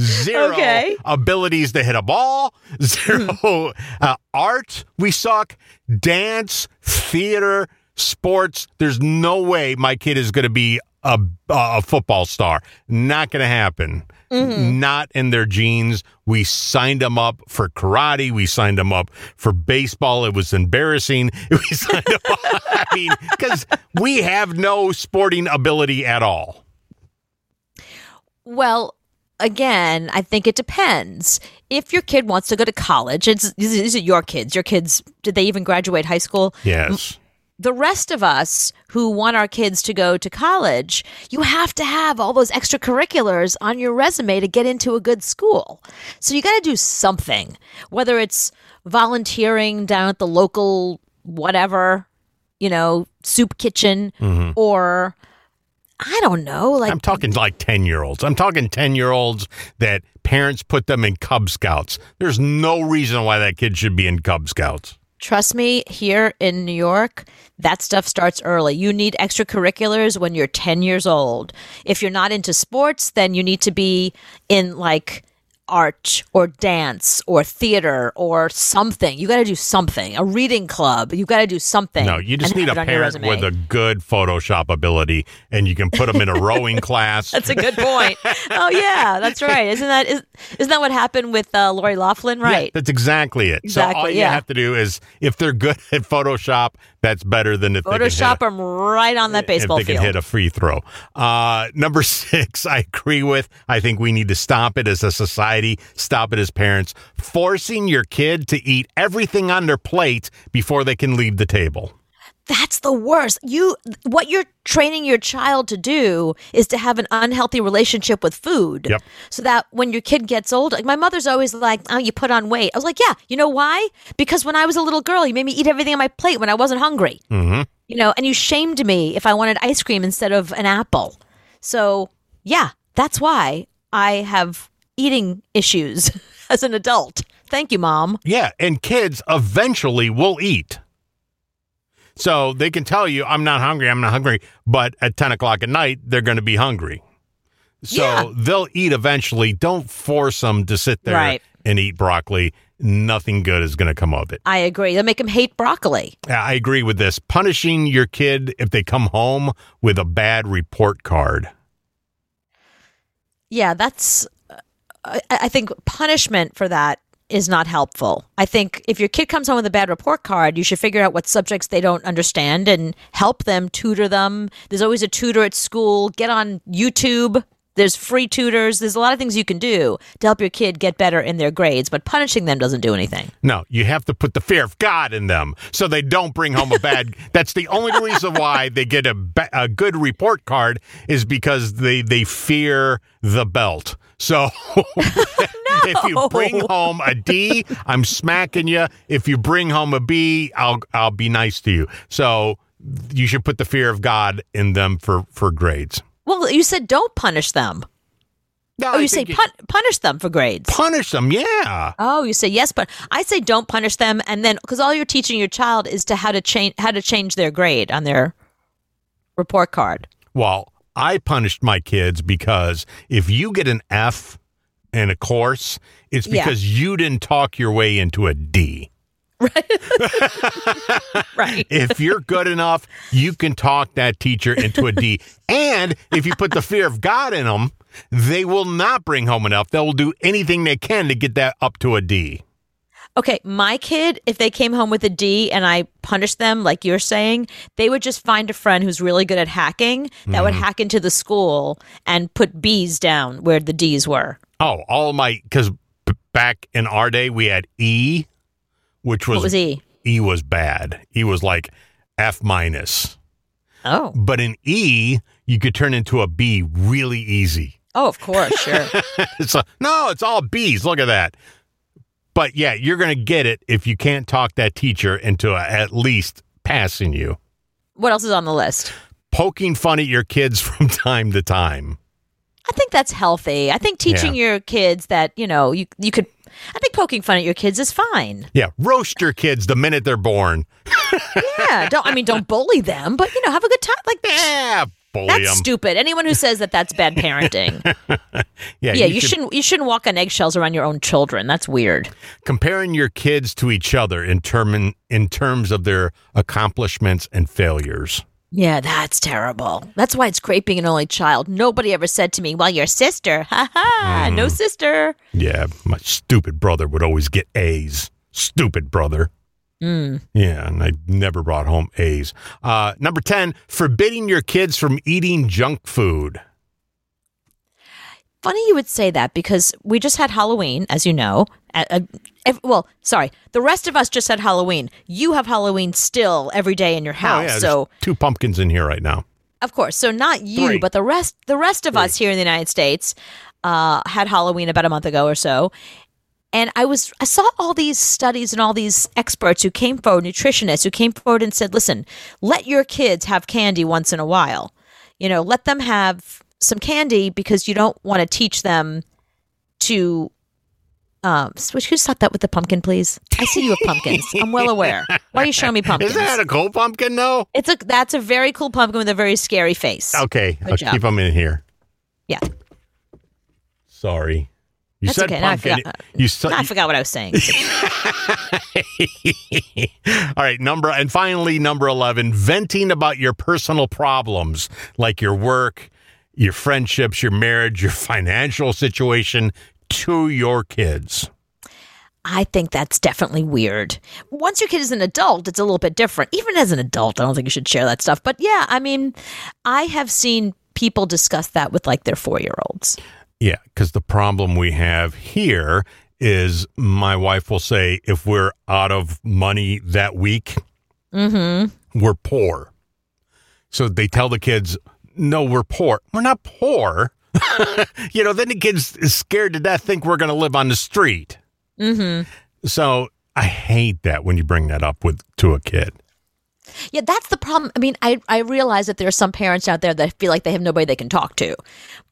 Speaker 1: zero
Speaker 3: Okay.
Speaker 1: abilities to hit a ball, zero uh, art. We suck. Dance, theater, sports. There's no way my kid is going to be a, a football star. Not going to happen. Not in their genes. We signed them up for karate. We signed them up for baseball. It was embarrassing. We signed them up. I mean, because we have no sporting ability at all.
Speaker 3: Well, again, I think it depends. If your kid wants to go to college, it's these are- these are your kids. Your kids did they even graduate high school?
Speaker 1: Yes.
Speaker 3: The rest of us who want our kids to go to college, you have to have all those extracurriculars on your resume to get into a good school. So you got to do something, whether it's volunteering down at the local whatever, you know, soup kitchen
Speaker 1: Mm-hmm.
Speaker 3: or I don't know, like
Speaker 1: I'm talking like 10 year olds. I'm talking 10 year olds that parents put them in Cub Scouts. There's no reason why that kid should be in Cub Scouts.
Speaker 3: Trust me, here in New York, that stuff starts early. You need extracurriculars when you're 10 years old. If you're not into sports, then you need to be in like art or dance or theater or something. You got to do something. A reading club. You got to do something.
Speaker 1: No, you just
Speaker 3: and
Speaker 1: need a
Speaker 3: have it on your
Speaker 1: parent
Speaker 3: resume.
Speaker 1: with a good Photoshop ability and you can put them in a rowing class.
Speaker 3: That's a good point. oh yeah, that's right. Isn't that is, isn't that what happened with uh, Lori Laughlin?
Speaker 1: Yeah,
Speaker 3: Right.
Speaker 1: that's exactly it. so
Speaker 3: Exactly,
Speaker 1: all you
Speaker 3: yeah.
Speaker 1: have to do is if they're good at Photoshop, that's better than if
Speaker 3: Photoshop
Speaker 1: they can hit
Speaker 3: them right on that
Speaker 1: a, if
Speaker 3: baseball
Speaker 1: they can
Speaker 3: field.
Speaker 1: hit a free throw. Uh, number six, I agree with. I think we need to stop it as a society, stop it as parents, forcing your kid to eat everything on their plate before they can leave the table.
Speaker 3: that's the worst. You what you're training your child to do is to have an unhealthy relationship with food.
Speaker 1: Yep.
Speaker 3: So that when your kid gets old, like my mother's always like, "Oh, you put on weight." I was like, "Yeah, you know why? Because when I was a little girl, you made me eat everything on my plate when I wasn't hungry." Mm-hmm. You know, and you shamed me if I wanted ice cream instead of an apple. So, yeah, that's why I have eating issues as an adult. Thank you, mom.
Speaker 1: Yeah, and kids eventually will eat. So they can tell you, I'm not hungry, I'm not hungry, but at 10 o'clock at night, they're going to be hungry. So
Speaker 3: Yeah.
Speaker 1: they'll eat eventually. Don't force them to sit there
Speaker 3: Right.
Speaker 1: and eat broccoli. Nothing good is going to come of it.
Speaker 3: I agree. They make him hate broccoli.
Speaker 1: I agree with this. Punishing your kid if they come home with a bad report card.
Speaker 3: Yeah, that's. uh, I, I think punishment for that is not helpful. I think if your kid comes home with a bad report card, you should figure out what subjects they don't understand and help them tutor them. There's always a tutor at school. Get on YouTube. There's free tutors. There's a lot of things you can do to help your kid get better in their grades, but punishing them doesn't do anything.
Speaker 1: No, you have to put the fear of God in them so they don't bring home a bad. that's the only reason why they get a, ba- a good report card is because they, they fear the belt. So if you bring home a D, I'm smacking you. If you bring home a B, I'll I'll be nice to you. So you should put the fear of God in them for for grades.
Speaker 3: Well, you said don't punish them.
Speaker 1: No,
Speaker 3: Oh,
Speaker 1: I
Speaker 3: you say
Speaker 1: think it-
Speaker 3: pun- punish them for grades.
Speaker 1: punish them. Yeah.
Speaker 3: Oh, you say yes, but I say don't punish them, and then because all you're teaching your child is to how to change how to change their grade on their report card.
Speaker 1: Well, I punished my kids because if you get an F in a course, it's
Speaker 3: Yeah.
Speaker 1: because you didn't talk your way into a D.
Speaker 3: Right.
Speaker 1: If you're good enough, you can talk that teacher into a D. And if you put the fear of God in them, they will not bring home enough. They will do anything they can to get that up to a D.
Speaker 3: Okay, my kid, if they came home with a D and I punished them, like you're saying, they would just find a friend who's really good at hacking that would
Speaker 1: Mm-hmm.
Speaker 3: hack into the school and put B's down where the D's were.
Speaker 1: Oh, all my because b- back in our day we had E, which was,
Speaker 3: What was E?
Speaker 1: E was bad. E was like F minus,
Speaker 3: Oh,
Speaker 1: but in E you could turn into a B really easy.
Speaker 3: oh, of course, sure.
Speaker 1: It's a, no, it's all B's. Look at that. But yeah, you're gonna get it if you can't talk that teacher into a, at least passing you.
Speaker 3: what else is on the list?
Speaker 1: Poking fun at your kids from time to time.
Speaker 3: I think that's healthy. I think teaching your kids that you know you you could. I think poking fun at your kids is fine.
Speaker 1: Yeah, roast your kids the minute they're born.
Speaker 3: Yeah, don't I mean don't bully them, but you know have a good time. Like
Speaker 1: Yeah, bully
Speaker 3: that's
Speaker 1: 'em.
Speaker 3: stupid. Anyone who says that that's bad parenting.
Speaker 1: Yeah,
Speaker 3: yeah, you, should, not you shouldn't walk on eggshells around your own children. That's weird.
Speaker 1: comparing your kids to each other in term in terms of their accomplishments and failures.
Speaker 3: Yeah, that's terrible. That's why it's great being an only child. Nobody ever said to me, "Well, your sister." Ha ha. No sister.
Speaker 1: Yeah, my stupid brother would always get A's. Stupid brother.
Speaker 3: Mm.
Speaker 1: Yeah, and I never brought home A's. Uh, number ten, forbidding your kids from eating junk food. Oh,
Speaker 3: Funny you would say that because we just had Halloween, as you know. Uh, uh, ev- well, sorry, the rest of us just had Halloween. You have Halloween still every day in your
Speaker 1: Oh,
Speaker 3: house,
Speaker 1: yeah, there's
Speaker 3: so
Speaker 1: two pumpkins in here right now.
Speaker 3: of course. So not you,
Speaker 1: Three.
Speaker 3: but the rest the rest of us here in the United States uh, had Halloween about a month ago or so. And I was I saw all these studies and all these experts who came forward, nutritionists who came forward and said, "Listen, let your kids have candy once in a while. You know, let them have some candy because you don't want to teach them to um, switch. Who's stop that with the pumpkin, please? I see you have pumpkins. I'm well aware. Why are you showing me pumpkins?
Speaker 1: Is that a cold pumpkin though?
Speaker 3: It's a that's a very cool pumpkin with a very scary face.
Speaker 1: Okay, I'll
Speaker 3: job.
Speaker 1: keep them in here.
Speaker 3: Yeah.
Speaker 1: Sorry, you
Speaker 3: That's
Speaker 1: said
Speaker 3: okay, no, I
Speaker 1: pumpkin.
Speaker 3: forgot-
Speaker 1: you said
Speaker 3: I forgot what I was saying.
Speaker 1: All right, number and finally number 11, venting about your personal problems like your work, your friendships, your marriage, your financial situation to your kids.
Speaker 3: I think that's definitely weird. Once your kid is an adult, it's a little bit different. Even as an adult, I don't think you should share that stuff. But yeah, I mean, I have seen people discuss that with like their four year olds.
Speaker 1: Yeah, cuz the problem we have here is my wife will say if we're out of money that week, we're poor. So they tell the kids, "No, we're poor. We're not poor." you know, then the kids is scared to death think we're going to live on the street.
Speaker 3: Mm-hmm.
Speaker 1: So I hate that when you bring that up with to a kid.
Speaker 3: Yeah, that's the problem. I mean, I, I realize that there are some parents out there that feel like they have nobody they can talk to.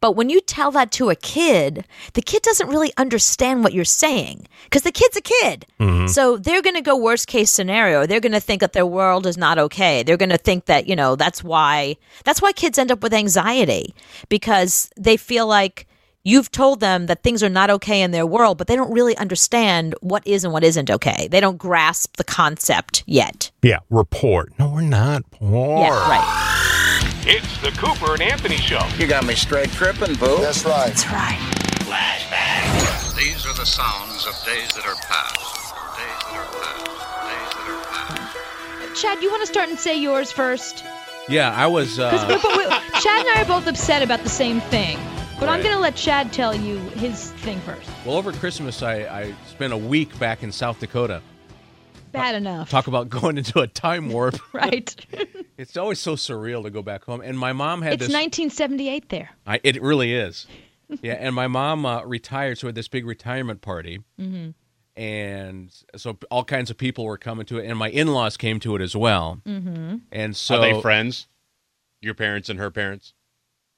Speaker 3: But when you tell that to a kid, the kid doesn't really understand what you're saying because the kid's a kid.
Speaker 8: Mm-hmm.
Speaker 3: So they're going to go worst case scenario. They're going to think that their world is not okay. They're going to think that, you know, that's why that's why kids end up with anxiety because they feel like you've told them that things are not okay in their world, but they don't really understand what is and what isn't okay. They don't grasp the concept yet.
Speaker 1: Yeah, report. No, we're not poor.
Speaker 3: Yeah, right.
Speaker 6: It's the Cooper and Anthony Show.
Speaker 9: You got me straight tripping, boo.
Speaker 2: That's right.
Speaker 10: These are the sounds of days that are past. Days that are past. Days that are past.
Speaker 4: Chad, you want to start and say yours first?
Speaker 11: Yeah, I was.
Speaker 4: Because
Speaker 11: Uh,
Speaker 4: Chad and I are both upset about the same thing. But I'm going to let Chad tell you his thing first.
Speaker 11: well, over Christmas, I, I spent a week back in South Dakota. Uh,
Speaker 4: Bad enough.
Speaker 11: Talk about going into a time warp.
Speaker 4: right.
Speaker 11: it's always so surreal to go back home. And my mom had
Speaker 4: it's
Speaker 11: this.
Speaker 4: 1978 there.
Speaker 11: I, it really is. yeah, and my mom uh, retired, so we had this big retirement party. And so all kinds of people were coming to it, and my in laws came to it as well. Mm-hmm. And so
Speaker 12: Are they friends? Your parents and her parents?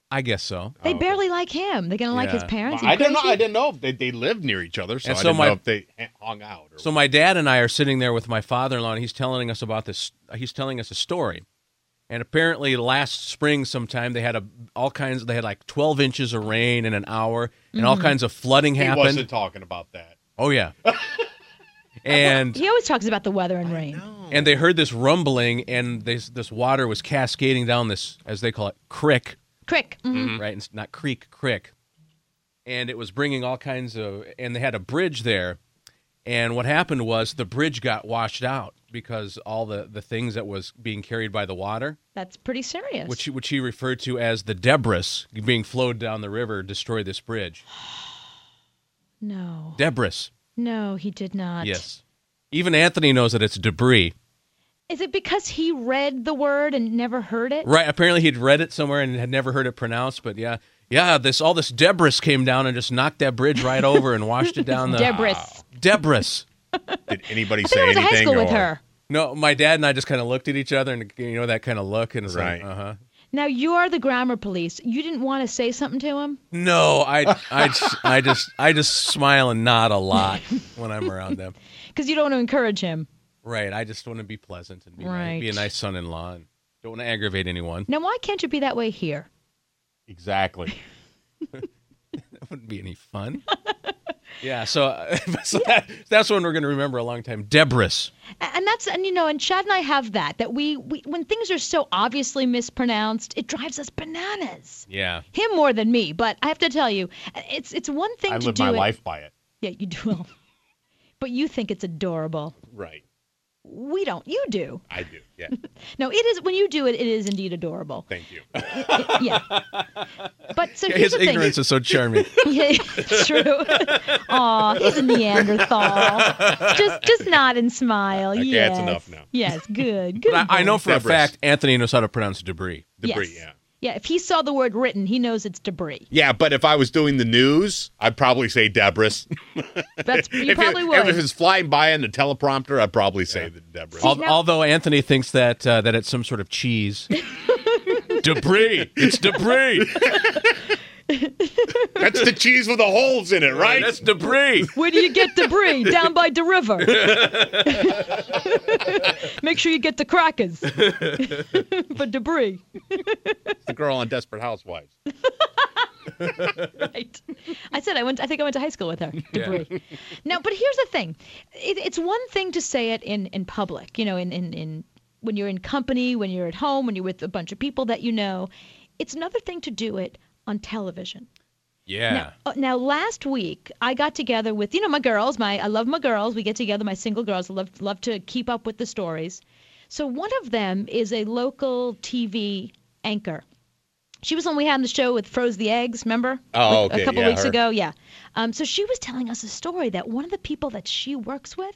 Speaker 11: I guess so.
Speaker 3: They
Speaker 1: Oh, okay.
Speaker 3: barely like him. They're gonna like his
Speaker 11: Yeah.
Speaker 3: parents.
Speaker 1: I didn't know.
Speaker 3: Crazy?
Speaker 1: I didn't know if Oh, they, they lived near each other, so
Speaker 11: And
Speaker 1: I
Speaker 11: so
Speaker 1: didn't
Speaker 11: my-
Speaker 1: know if they ha- hung out. Or
Speaker 11: So my dad and I are sitting there with my father-in-law, and he's telling us about this. He's telling us a story, and apparently last spring, sometime they had a all kinds. They had like twelve inches of rain in an hour, and all kinds of flooding
Speaker 1: he
Speaker 11: happened.
Speaker 1: wasn't talking about that.
Speaker 11: Oh yeah, and
Speaker 3: He always talks about the weather and rain.
Speaker 11: and they heard this rumbling, and this this water was cascading down this, as they call it, crick.
Speaker 3: Crick. Mhm.
Speaker 11: right? It's not creek, crick. And it was bringing all kinds of, and they had a bridge there. And what happened was the bridge got washed out because all the, the things that was being carried by the water,
Speaker 3: That's pretty serious.
Speaker 11: which which he referred to as the debris being flowed down the river, destroyed this bridge.
Speaker 3: no,
Speaker 11: Debris,
Speaker 3: no, he did not.
Speaker 11: yes. Even Anthony knows that it's debris,
Speaker 3: Is it because he read the word and never heard it?
Speaker 11: right? Apparently he'd read it somewhere and had never heard it pronounced, but yeah, yeah. This all this debris came down and just knocked that bridge right over and washed it down the
Speaker 3: Debris.
Speaker 11: Debris.
Speaker 1: Did anybody
Speaker 3: I
Speaker 1: say
Speaker 3: was in
Speaker 1: anything?
Speaker 3: high school
Speaker 1: or,
Speaker 3: with her.
Speaker 11: No, my dad and I just kind of looked at each other and you know that kind of look and it's
Speaker 1: Right.
Speaker 11: like, uh-huh.
Speaker 3: Now you are the grammar police. You didn't want to say something to him.
Speaker 11: No, I I just, I just I just smile and nod a lot when I'm around them.
Speaker 3: Because you don't want to encourage him.
Speaker 11: Mm. Right, I just want to be pleasant and be, ni-
Speaker 3: Right.
Speaker 11: be a nice son-in-law and don't want to aggravate anyone.
Speaker 3: Now, why can't you be that way here?
Speaker 1: Exactly.
Speaker 11: That wouldn't be any fun. yeah, so, uh, so That, that's one we're going to remember a long time. Debris.
Speaker 3: A- And that's and you know, and Chad and I have that that we, we when things are so obviously mispronounced, it drives us bananas.
Speaker 11: Yeah.
Speaker 3: Him more than me, but I have to tell you, it's it's one thing
Speaker 1: I
Speaker 3: to
Speaker 1: live
Speaker 3: do
Speaker 1: my
Speaker 3: it.
Speaker 1: life by it.
Speaker 3: Yeah, you do. but you think it's adorable.
Speaker 1: Right.
Speaker 3: We don't. You do.
Speaker 1: I do. Yeah.
Speaker 3: No, it is when you do it. It is indeed adorable.
Speaker 1: Thank you.
Speaker 3: yeah. But so here's
Speaker 11: His
Speaker 3: the thing.
Speaker 11: ignorance is so charming.
Speaker 3: Yeah, it's true. Aw, he's a Neanderthal. Just just nod and smile.
Speaker 1: Okay,
Speaker 3: yes.
Speaker 1: that's enough now.
Speaker 3: Yes, good. Good.
Speaker 11: But I, I know
Speaker 3: boy.
Speaker 11: for
Speaker 1: Debris.
Speaker 11: a fact Anthony knows how to pronounce debris.
Speaker 1: Debris.
Speaker 3: Yes.
Speaker 1: Yeah.
Speaker 3: Yeah, if he saw the word written, he knows it's debris.
Speaker 1: Yeah, but if I was doing the news, I'd probably say Debris.
Speaker 3: That's you
Speaker 1: if
Speaker 3: probably
Speaker 1: it,
Speaker 3: would.
Speaker 1: If it's flying by in the teleprompter, I'd probably say the Debris.
Speaker 11: Al-
Speaker 3: now-
Speaker 11: although Anthony thinks that uh, that it's some sort of cheese. debris. It's debris.
Speaker 1: That's the cheese with the holes in it, right?
Speaker 11: That's debris.
Speaker 3: Where do you get debris? Down by the river. Make sure you get the crackers for debris.
Speaker 1: the girl on Desperate Housewives.
Speaker 3: right. I said I went. I think I went to high school with her. Debris. No, but here's the thing: it, it's one thing to say it in in public. You know, in in in when you're in company, when you're at home, when you're with a bunch of people that you know. It's another thing to do it on television.
Speaker 11: Yeah.
Speaker 3: Now, uh, now, last week I got together with you know my girls. My I love my girls. We get together, my single girls. I love love to keep up with the stories. So one of them is a local TV anchor. She was the one we had on the show with froze the eggs. Remember?
Speaker 1: Oh,
Speaker 3: Like,
Speaker 1: okay,
Speaker 3: A couple
Speaker 1: yeah,
Speaker 3: weeks
Speaker 1: her.
Speaker 3: ago, yeah. Um, so she was telling us a story that one of the people that she works with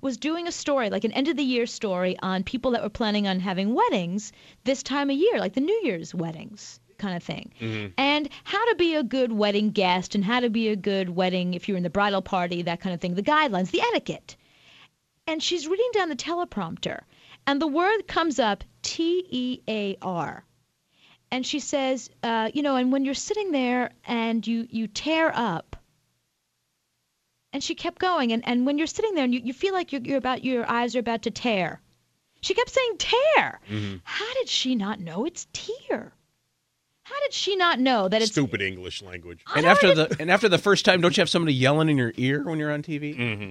Speaker 3: was doing a story, like an end of the year story, on people that were planning on having weddings this time of year, like the New Year's weddings kind of thing.
Speaker 11: Mm-hmm.
Speaker 3: And how to be a good wedding guest and how to be a good wedding if you're in the bridal party, that kind of thing, the guidelines, the etiquette. And she's reading down the teleprompter, and the word comes up T E A R and she says, uh, you know, and when you're sitting there and you you tear up, and she kept going, and, and when you're sitting there and you, you feel like you're, you're about your eyes are about to tear, she kept saying tear. How did she not know it's tear? How did she not know that it's
Speaker 1: Stupid English language.
Speaker 11: and after the and after the first time, don't you have somebody yelling in your ear when you're on TV?
Speaker 1: Mm-hmm.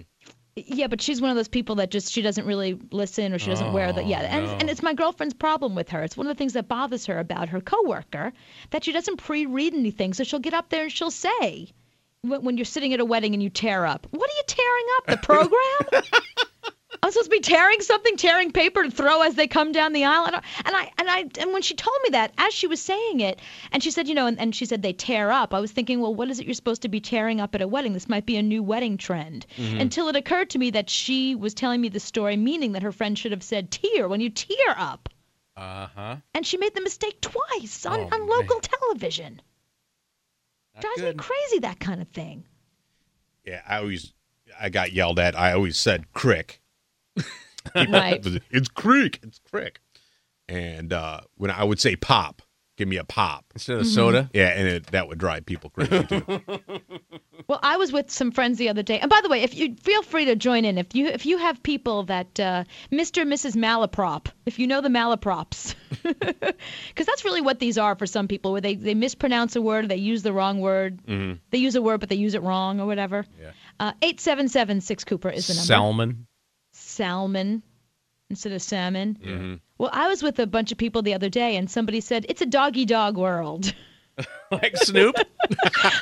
Speaker 3: Yeah, but she's one of those people that just she doesn't really listen or she doesn't wear the yeah. And and it's my girlfriend's problem with her. It's one of the things that bothers her about her coworker that she doesn't pre-read anything. So she'll get up there and she'll say when, when you're sitting at a wedding and you tear up. What are you tearing up? The program? I'm supposed to be tearing something, tearing paper to throw as they come down the aisle. And I and I and, I, and when she told me that, as she was saying it, and she said, you know, and, and she said they tear up. I was thinking, well, what is it you're supposed to be tearing up at a wedding? This might be a new wedding trend.
Speaker 11: Mm-hmm.
Speaker 1: Mm-hmm.
Speaker 3: Until it occurred to me that she was telling me the story, meaning that her friend should have said tear when you tear up.
Speaker 11: Uh huh.
Speaker 3: And she made the mistake twice on,
Speaker 11: Oh,
Speaker 3: on local television. Drives me crazy that kind of thing.
Speaker 1: Yeah, I always I got yelled at. I always said crick.
Speaker 3: Right.
Speaker 1: It's crick. It's crick. And uh, when I would say pop, Give me a pop. Mm-hmm.
Speaker 11: instead of soda.
Speaker 1: Yeah, and it, that would drive people crazy too.
Speaker 3: Well, I was with some friends the other day, and by the way, if you feel free to join in, if you if you have people that uh, Mr. and Mrs. Malaprop, if you know the Malaprops, because that's really what these are for some people, where they, they mispronounce a word, or they use the wrong word,
Speaker 1: Mm-hmm.
Speaker 3: they use a word but they use it wrong or whatever. Yeah. Uh, Eight seven seven six Cooper is the number.
Speaker 11: Salmon.
Speaker 3: salmon instead of salmon.
Speaker 1: Mm-hmm.
Speaker 3: Well, I was with a bunch of people the other day, and somebody said it's a doggy dog world.
Speaker 11: like Snoop.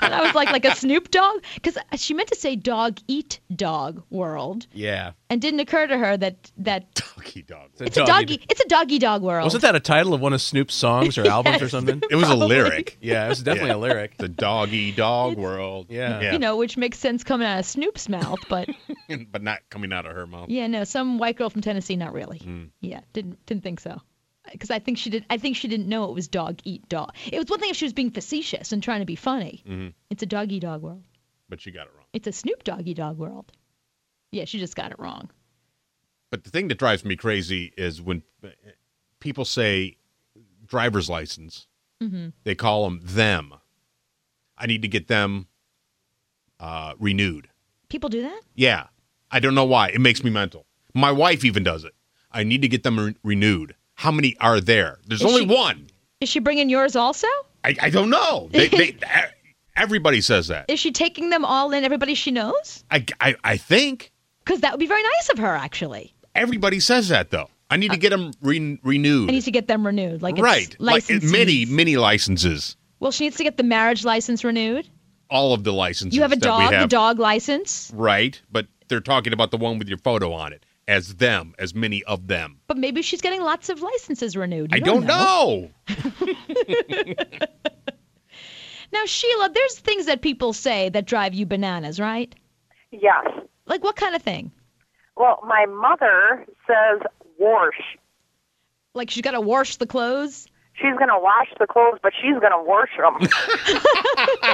Speaker 3: And I was like, like a Snoop Dogg? Because she meant to say dog eat dog world,
Speaker 11: Yeah.
Speaker 3: and didn't occur to her that that
Speaker 1: Donkey dog.
Speaker 3: it's a doggy, it's a doggy dog world.
Speaker 11: Wasn't that a title of one of Snoop's songs or albums or something?
Speaker 1: It was a lyric.
Speaker 11: Yeah, it was definitely
Speaker 1: Yeah.
Speaker 11: a lyric.
Speaker 1: The doggy dog world.
Speaker 11: Yeah.
Speaker 1: yeah.
Speaker 3: You know, which makes sense coming out of Snoop's mouth, but
Speaker 1: but not coming out of her mouth. Mm-hmm.
Speaker 3: yeah, no, some white girl from Tennessee, not really. Yeah, didn't didn't think so. Because I think she did. I think she didn't know it was dog eat dog. It was one thing if she was being facetious and trying to be funny. It's a doggy dog world.
Speaker 1: Mm-hmm. But she got it wrong.
Speaker 3: It's a Snoop Doggy Dog world. Yeah, she just got it wrong.
Speaker 1: But the thing that drives me crazy is when eh, people say driver's license,
Speaker 3: Mm-hmm.
Speaker 1: they call them them. I need to get them uh, renewed.
Speaker 3: People do that?
Speaker 1: Yeah. I don't know why. It makes me mental. My wife even does it. I need to get them re- renewed. How many are there? There's
Speaker 3: Is
Speaker 1: only
Speaker 3: she-
Speaker 1: one.
Speaker 3: Is she bringing yours also?
Speaker 1: I, I don't know. They, they, e, everybody says that.
Speaker 3: Is she taking them all in, everybody she knows?
Speaker 1: I, I, I think
Speaker 3: Because that would be very nice of her, actually.
Speaker 1: everybody says that, though. I need to get them re- renewed.
Speaker 3: I need to get them renewed. Uh, Like it's
Speaker 1: right. Like eh,
Speaker 3: licensees.
Speaker 1: many, many licenses.
Speaker 3: Well, she needs to get the marriage license renewed.
Speaker 1: All of the licenses.
Speaker 3: You have a
Speaker 1: that we
Speaker 3: dog, the
Speaker 1: have.
Speaker 3: dog license.
Speaker 1: Right. But they're talking about the one with your photo on it as them, as many of them.
Speaker 3: But maybe she's getting lots of licenses renewed. You
Speaker 1: I don't know.
Speaker 3: Now, Sheila, there's things that people say that drive you bananas, right?
Speaker 13: Yes.
Speaker 3: Like what kind of thing?
Speaker 13: Well, my mother says wash.
Speaker 3: Like she's got to wash the clothes?
Speaker 13: She's going to wash the clothes, but she's going to wash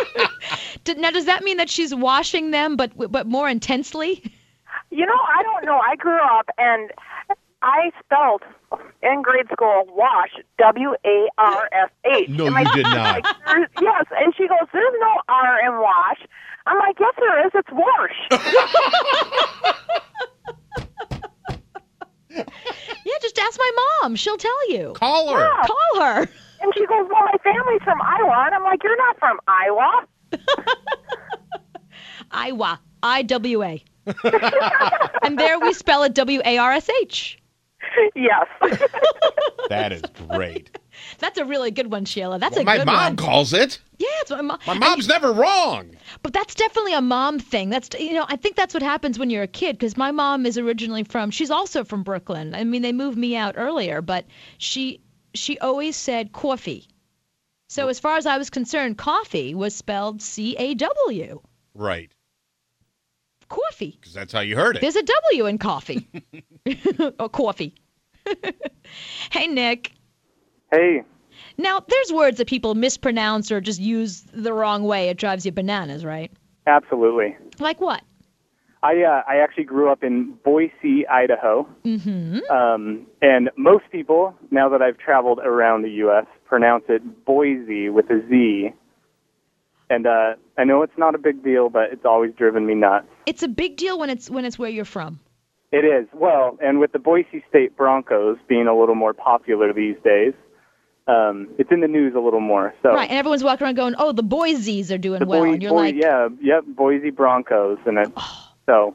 Speaker 13: them.
Speaker 3: Did- Now, does that mean that she's washing them, but but more intensely?
Speaker 13: you know, I don't know. I grew up and I spelled in grade school wash, W A R S H.
Speaker 1: No,
Speaker 13: And my
Speaker 1: you did
Speaker 13: sister's
Speaker 1: not.
Speaker 13: like, "There's- yes. And she goes, There's no R in wash. I'm like, Yes, there is. It's wash.
Speaker 3: Yeah, just ask my mom. She'll tell you.
Speaker 1: Call her.
Speaker 3: Call her.
Speaker 13: and she goes, Well, my family's from Iowa. And I'm like, You're not from Iowa.
Speaker 3: Iowa. I W A. And there we spell it W A R S H.
Speaker 13: yes.
Speaker 1: That is great.
Speaker 3: That's a really good one, Sheila. That's a
Speaker 1: my
Speaker 3: good
Speaker 1: mom
Speaker 3: one.
Speaker 1: calls it.
Speaker 3: yeah, it's my mom.
Speaker 1: My mom's never wrong.
Speaker 3: But that's definitely a mom thing. That's you know, I think that's what happens when you're a kid because my mom is originally from. She's also from Brooklyn. I mean, they moved me out earlier, but she she always said coffee. So as far as I was concerned, coffee was spelled C A W.
Speaker 1: Right.
Speaker 3: Coffee.
Speaker 1: Because that's how you heard it.
Speaker 3: There's a W in coffee. or coffee. hey, Nick.
Speaker 14: Hey,
Speaker 3: Now, there's words that people mispronounce or just use the wrong way. It drives you bananas, right?
Speaker 14: absolutely.
Speaker 3: Like what?
Speaker 14: I uh, I actually grew up in Boise, Idaho,
Speaker 3: Mm-hmm. Hmm?
Speaker 14: um, and most people now that I've traveled around the U.S. pronounce it Boise with a Z. And uh, I know it's not a big deal, but it's always driven me nuts.
Speaker 3: It's a big deal when it's when it's where you're from.
Speaker 14: It is. Well, and with the Boise State Broncos being a little more popular these days, um, it's in the news a little more. So
Speaker 3: Right, and everyone's walking around going, "Oh, the Boise's are doing
Speaker 14: the
Speaker 3: well,"
Speaker 14: Boi-
Speaker 3: and you're
Speaker 14: Boi-
Speaker 3: like,
Speaker 14: yeah,
Speaker 3: Oh.
Speaker 14: yep, Boise Broncos, and it, so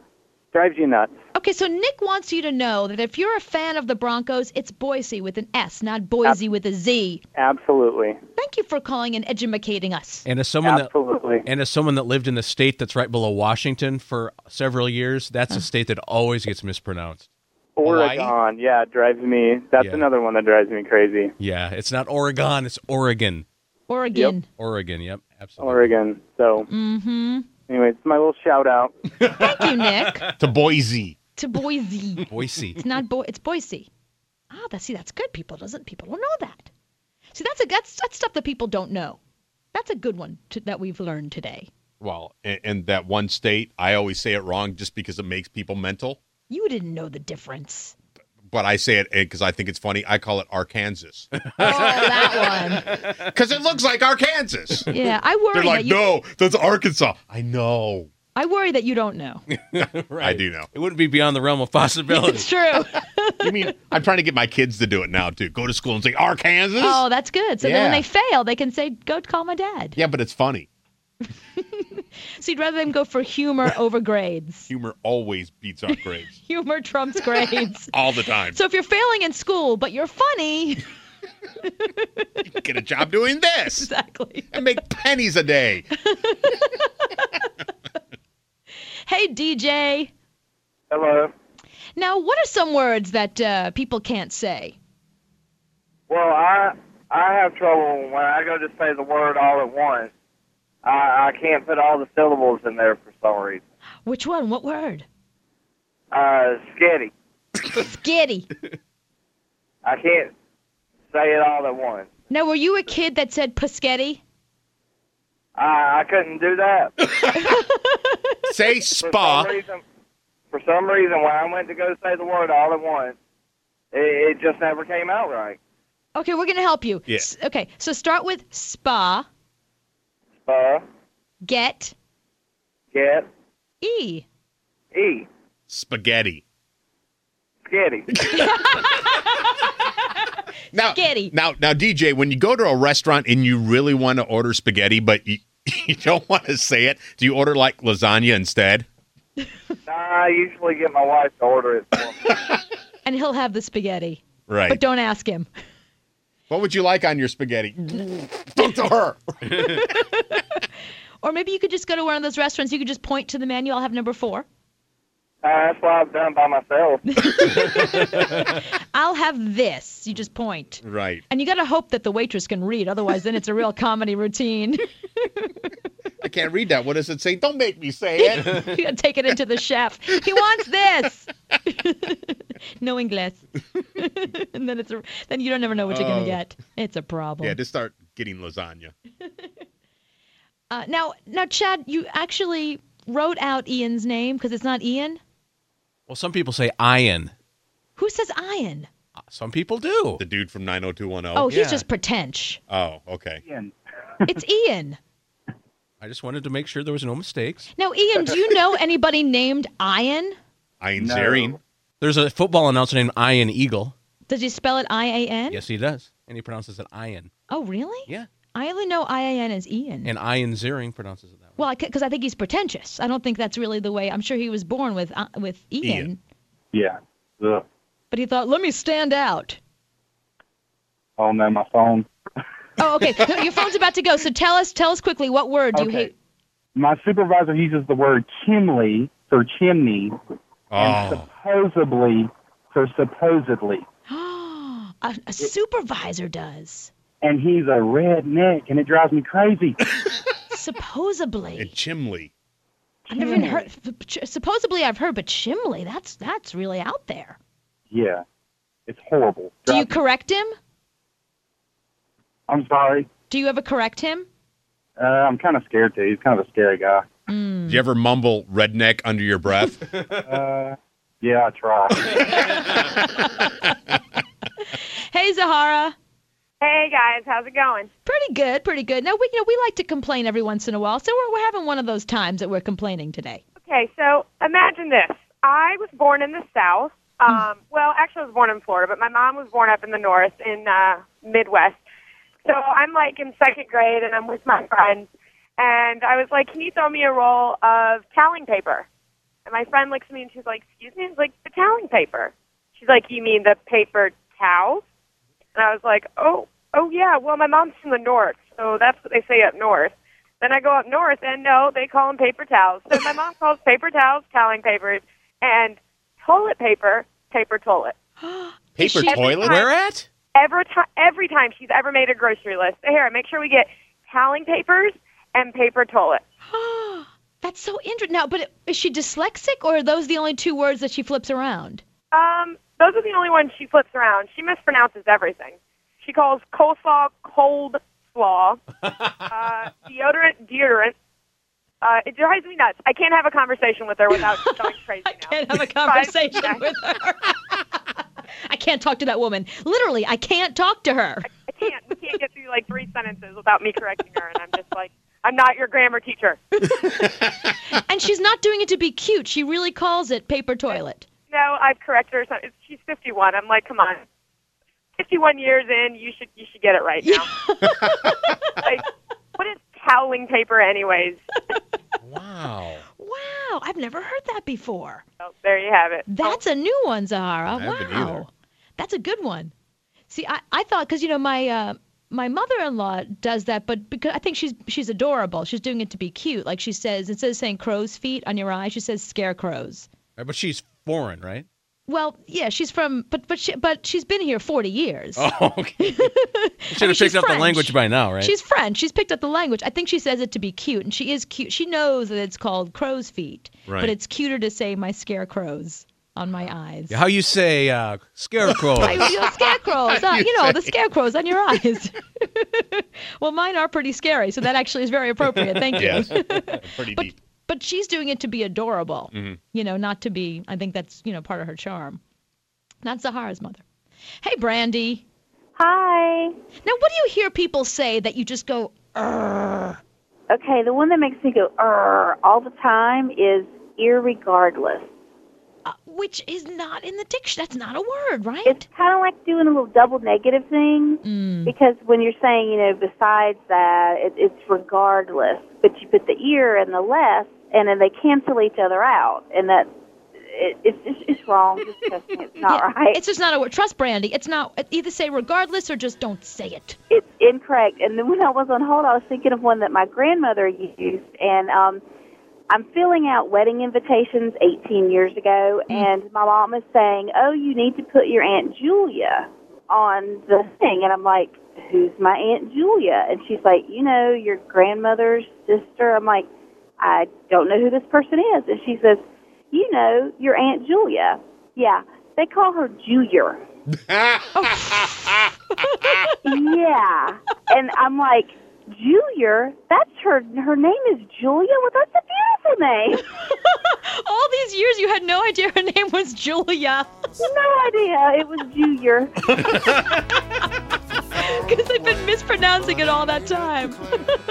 Speaker 14: drives you nuts.
Speaker 3: "Okay." So Nick wants you to know that if you're a fan of the Broncos, it's Boise with an S, not Boise with a Z.
Speaker 14: Absolutely,
Speaker 3: Thank you for calling and educating us.
Speaker 11: And as someone that
Speaker 14: absolutely.
Speaker 11: and as someone that lived in the state that's right below Washington for several years, that's a state that always gets mispronounced.
Speaker 1: Hawaii?
Speaker 14: Oregon, yeah, it drives me. That's
Speaker 11: Yeah.
Speaker 14: another one that drives me crazy.
Speaker 11: Yeah, it's not Oregon, it's Oregon.
Speaker 3: Oregon. Mm.
Speaker 11: Oregon, yep, absolutely.
Speaker 14: Oregon. So, mm-hmm. anyway, it's my little shout out.
Speaker 3: Thank you, Nick,
Speaker 1: to Boise.
Speaker 3: to Boise.
Speaker 11: Boise.
Speaker 3: It's not Bo- it's Boise. Ah, that see, that's good. People doesn't people don't know that. See, that's a that's that's stuff that people don't know. That's a good one to, that we've learned today.
Speaker 1: Well, in, in that one state, I always say it wrong just because it makes people mental.
Speaker 3: You didn't know the difference.
Speaker 1: but I say it because I think it's funny. I call it Arkansas. oh,
Speaker 3: that
Speaker 1: one. Because it looks like Arkansas.
Speaker 3: Yeah, I worry
Speaker 1: They're
Speaker 3: that
Speaker 1: like,
Speaker 3: you-
Speaker 1: no, that's Arkansas. I know.
Speaker 3: I worry that you don't know.
Speaker 1: I do know.
Speaker 11: It wouldn't be beyond the realm of possibility.
Speaker 3: It's true.
Speaker 1: you mean I'm trying to get my kids to do it now too. Go to school and say Arkansas.
Speaker 3: Oh, that's good. So then when
Speaker 1: Yeah.
Speaker 3: they fail, they can say, "Go call my dad."
Speaker 1: Yeah, but it's funny.
Speaker 3: So you'd rather them go for humor over grades.
Speaker 1: Humor always beats out grades
Speaker 3: Humor trumps grades.
Speaker 1: all the time.
Speaker 3: So if you're failing in school but you're funny,
Speaker 1: Get a job doing this
Speaker 3: exactly,
Speaker 1: and make pennies a day.
Speaker 3: hey DJ.
Speaker 15: Hello.
Speaker 3: Now, what are some words that uh, people can't say?
Speaker 16: Well, I I have trouble when I go to say the word all at once. I I can't put all the syllables in there for some reason.
Speaker 3: Which one? What word?
Speaker 16: Uh, skitty.
Speaker 3: Skitty.
Speaker 16: I can't say it all at once.
Speaker 3: Now, were you a kid that said paschetti?
Speaker 16: I I couldn't do that.
Speaker 1: say
Speaker 16: For some, reason, for some reason, when I went to go say the word all at once, it, it just never came out right.
Speaker 3: Okay, we're gonna help you.
Speaker 16: Yeah.
Speaker 3: S- okay, so start with spa,
Speaker 16: Spa,
Speaker 3: get,
Speaker 16: get,
Speaker 3: e.
Speaker 16: e,
Speaker 1: Spaghetti.
Speaker 16: skitty.
Speaker 1: Now,
Speaker 3: Spaghetti.
Speaker 1: Now, now, DJ, when you go to a restaurant and you really want to order spaghetti, but you, you don't want to say it, do you order like lasagna instead?
Speaker 16: nah, I usually get my wife to order it. For me.
Speaker 3: and he'll have the spaghetti.
Speaker 1: Right.
Speaker 3: But don't ask him.
Speaker 1: What would you like on your spaghetti? Talk to her.
Speaker 3: Or maybe you could just go to one of those restaurants. You could just point to the menu. I'll have number four.
Speaker 16: Uh, that's why I've done it by myself.
Speaker 3: I'll have this. You just point.
Speaker 1: Right.
Speaker 3: And you got to hope that the waitress can read. Otherwise, then it's a real comedy routine.
Speaker 1: I can't read that. What does it say? Don't make me say it.
Speaker 3: you got to take it into the chef. He wants this. no English. and then it's a, then you don't ever know what you're
Speaker 1: Oh.
Speaker 3: gonna get. It's a problem.
Speaker 1: yeah, just start getting lasagna.
Speaker 3: Uh, now, now, Chad, you actually wrote out Ian's name because it's not Ian.
Speaker 11: Well, some people say iron.
Speaker 3: Who says Ian?
Speaker 11: Some people do.
Speaker 1: The dude from 90210.
Speaker 3: Oh, he's just pretentious.
Speaker 1: Oh, okay.
Speaker 3: It's Ian.
Speaker 11: I just wanted to make sure there was no mistakes.
Speaker 3: Now, Ian, do you know anybody named Ian?
Speaker 1: Ian
Speaker 11: No.
Speaker 1: Zering.
Speaker 11: There's a football announcer named Ian Eagle.
Speaker 3: Does he spell it I A N?
Speaker 11: Yes, he does. And he pronounces it Ian.
Speaker 3: Oh, really?
Speaker 11: Yeah.
Speaker 3: I only know I A N as Ian.
Speaker 11: And Ian Ziering pronounces it that way.
Speaker 3: Well, because I, think he's pretentious. I don't think that's really the way. I'm sure he was born with uh, with Ian,
Speaker 11: Ian.
Speaker 15: Yeah. Ugh.
Speaker 3: but he thought, let me stand out.
Speaker 15: Oh no, my phone.
Speaker 3: Oh, okay. No, Your phone's about to go, so tell us tell us quickly what word do you
Speaker 15: Okay.
Speaker 3: hate?
Speaker 15: My supervisor uses the word chimney for chimney, and
Speaker 11: Oh.
Speaker 15: supposedly for supposedly,
Speaker 3: a, a supervisor does
Speaker 15: and he's a redneck, and it drives me crazy.
Speaker 3: supposedly.
Speaker 1: And Chimley.
Speaker 3: I've never even heard. Supposedly, I've heard, but Chimley, that's that's really out there.
Speaker 15: Yeah, it's horrible.
Speaker 3: Do you correct him?
Speaker 15: I'm sorry.
Speaker 3: Do you ever correct him?
Speaker 15: Uh, I'm kind of scared too. He's kind of a scary guy.
Speaker 1: Do you ever mumble redneck under your breath?
Speaker 15: Uh, yeah, I try.
Speaker 3: Hey, Zahara.
Speaker 17: Hey guys, how's it going?
Speaker 3: Pretty good, pretty good. Now we, you know, we like to complain every once in a while, so we're, we're having one of those times that we're complaining today.
Speaker 17: Okay, so imagine this. I was born in the South. Um, well, actually, I was born in Florida, but my mom was born up in the North, in uh, Midwest. So I'm like in second grade, and I'm with my friends, and I was like, "Can you throw me a roll of toweling paper?" And my friend looks at me, and she's like, "Excuse me?" I was like, "The toweling paper." She's like, "You mean the paper towels?" And I was like, "Oh, oh yeah. Well, my mom's from the North, so that's what they say up north." Then I go up north, and no, they call them paper towels. So my mom calls paper towels toweling papers, and toilet paper paper toilet.
Speaker 1: Paper
Speaker 17: Every
Speaker 1: toilet?
Speaker 17: time- Every time, every time she's ever made a grocery list, say, here, make sure we get toweling papers and paper toilet.
Speaker 3: That's so interesting. Now, but is she dyslexic, or are those the only two words that she flips around?
Speaker 17: Um, those are the only ones she flips around. She mispronounces everything. She calls coleslaw cold slaw, uh, deodorant deodorant. Uh, it drives me nuts. I can't have a conversation with her without going crazy. I
Speaker 3: can't have a conversation with her. I can't talk to that woman. Literally, I can't talk to her.
Speaker 17: I can't. We can't get through like three sentences without me correcting her, and I'm just like, I'm not your grammar teacher.
Speaker 3: and she's not doing it to be cute. She really calls it paper toilet.
Speaker 17: No, I've corrected her. Something. She's 51. I'm like, come on, 51 years in, you should you should get it right now. like, what is toweling paper, anyways?
Speaker 11: Wow.
Speaker 3: Wow, I've never heard that before.
Speaker 17: So Oh, there you have it.
Speaker 3: That's a new one, Zahara. Wow. That's a good one. See, I, I thought because you know my uh, my mother-in-law does that, but because I think she's she's adorable. She's doing it to be cute. Like she says, instead of saying crow's feet on your eye, she says scarecrows.
Speaker 11: Right, But she's foreign, right?
Speaker 3: Well, yeah, she's from, but but she, but she's been here 40 years.
Speaker 11: Oh, okay. Should have
Speaker 3: mean, she's
Speaker 11: picked up
Speaker 3: French.
Speaker 11: the language by now, right?
Speaker 3: She's French. She's picked up the language. I think she says it to be cute, and she is cute. She knows that it's called crow's feet,
Speaker 11: Right.
Speaker 3: but it's cuter to say my scarecrows on my eyes.
Speaker 11: How you say uh, scarecrow?
Speaker 3: Right, you know, scarecrows, uh, you know, the scarecrows on your eyes. well, mine are pretty scary, so that actually is very appropriate. Thank you.
Speaker 14: Yes. Pretty deep.
Speaker 3: But she's doing it to be adorable,
Speaker 14: Mhm.
Speaker 3: you know, not to be. I think that's you know part of her charm. Not Zahara's mother. Hey, Brandy.
Speaker 18: Hi.
Speaker 3: Now, what do you hear people say that you just go, "Urgh"?
Speaker 18: Okay, the one that makes me go er all the time is irregardless.
Speaker 3: Uh, which is not in the dictionary. That's not a word, right? Mm.
Speaker 18: It's kind of like doing a little double negative thing because when you're saying, you know, besides that, it, it's regardless, but you put the ear and the less, and then they cancel each other out, and that it, it's it's it's wrong. Just trust me, it's not
Speaker 3: Yeah,
Speaker 18: right.
Speaker 3: It's just not a word. Trust Brandy. It's not either say regardless or just don't say it.
Speaker 18: It's incorrect. And then when I was on hold, I was thinking of one that my grandmother used. And um, I'm filling out wedding invitations 18 years ago, and my mom is saying, "Oh, you need to put your Aunt Julia on the thing." And I'm like, "Who's my Aunt Julia?" And she's like, "You know, your grandmother's sister." I'm like, "I don't know who this person is." And she says, "You know, your Aunt Julia." Yeah, they call her Junior. yeah. And I'm like, Junior? That's her her name is Julia? Well that's a beautiful name.
Speaker 3: All these years, you had no idea her name was Julia.
Speaker 18: No idea. It was Junior.
Speaker 3: Because I've been mispronouncing it all that time.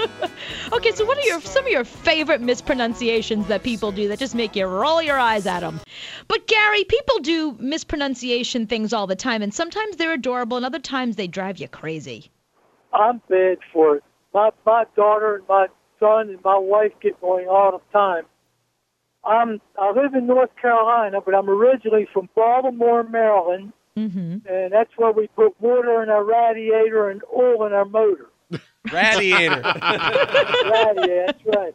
Speaker 3: okay, so what are your some of your favorite mispronunciations that people do that just make you roll your eyes at them? But Gary, people do mispronunciation things all the time, and sometimes they're adorable, and other times they drive you crazy.
Speaker 8: I'm bad for it. My my daughter and my son and my wife get going all the time. I'm I live in North Carolina, but I'm originally from Baltimore, Maryland,
Speaker 3: Mm-hmm.
Speaker 8: and that's where we put water in our radiator and oil in our motor.
Speaker 11: Radiator.
Speaker 8: radiator, that's right.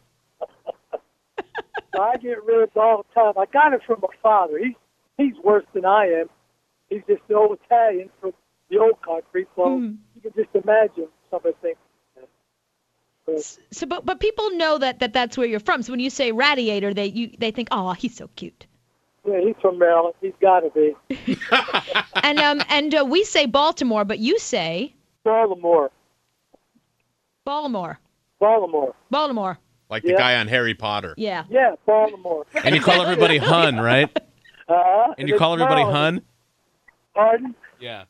Speaker 8: so I get ribbed all the time. I got it from my father. He's he's worse than I am. He's just an old Italian from the old country, so you can just imagine some of the things.
Speaker 3: So, but but people know that, that that's where you're from. So when you say radiator, they you they think, oh, he's so cute.
Speaker 8: Yeah, he's from Maryland. He's got to be.
Speaker 3: and um and uh, we say Baltimore, but you say
Speaker 8: Baltimore.
Speaker 3: Baltimore.
Speaker 8: Baltimore.
Speaker 3: Baltimore.
Speaker 14: Like the guy on Harry Potter.
Speaker 3: Yeah.
Speaker 8: Yeah, Baltimore.
Speaker 11: and you call everybody hun, right?
Speaker 8: Uh,
Speaker 11: And you call everybody
Speaker 8: Maryland.
Speaker 11: hun?
Speaker 8: Pardon?
Speaker 11: Yeah.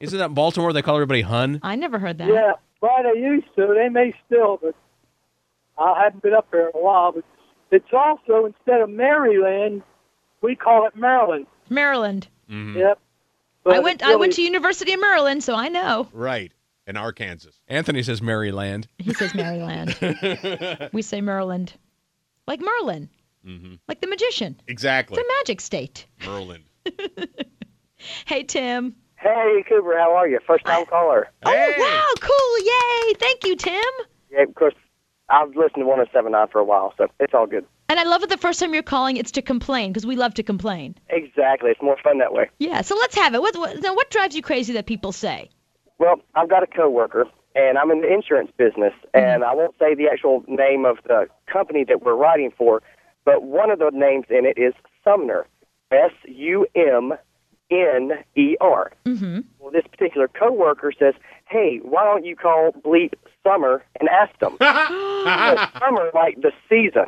Speaker 11: Isn't that Baltimore? They call everybody hun.
Speaker 3: I never heard that.
Speaker 8: Yeah, right. They used to. They may still, but I haven't been up there in a while. But it's also instead of Maryland, we call it Maryland.
Speaker 3: Maryland.
Speaker 14: Mm-hmm.
Speaker 8: Yep. But
Speaker 3: I went
Speaker 8: it's
Speaker 3: I went to
Speaker 8: really-
Speaker 3: University of Maryland, so I know.
Speaker 14: Right. In Arkansas.
Speaker 11: Anthony says Maryland.
Speaker 3: He says Maryland. we say Maryland. Like Merlin,
Speaker 14: Mm-hmm.
Speaker 3: like the magician.
Speaker 14: Exactly.
Speaker 3: It's a magic state.
Speaker 14: Merlin.
Speaker 3: Hey Tim.
Speaker 19: Hey, Cooper, how are you? First time caller.
Speaker 3: Oh wow, cool. Yay. Thank you, Tim.
Speaker 19: Yeah, of course, I've listened to 1079 for a while, so it's all good.
Speaker 3: And I love it the first time you're calling it's to complain because we love to complain.
Speaker 19: Exactly. It's more fun that way.
Speaker 3: Yeah, so let's have it. What, what, now, what drives you crazy that people say?
Speaker 19: Well, I've got a coworker, and I'm in the insurance business, and I won't say the actual name of the company that we're writing for, but one of the names in it is Sumner. S U M N E R.
Speaker 3: Mm-hmm.
Speaker 19: Well, this particular coworker says, "Hey, why don't you call bleep Summer and ask them?" So summer, like the season,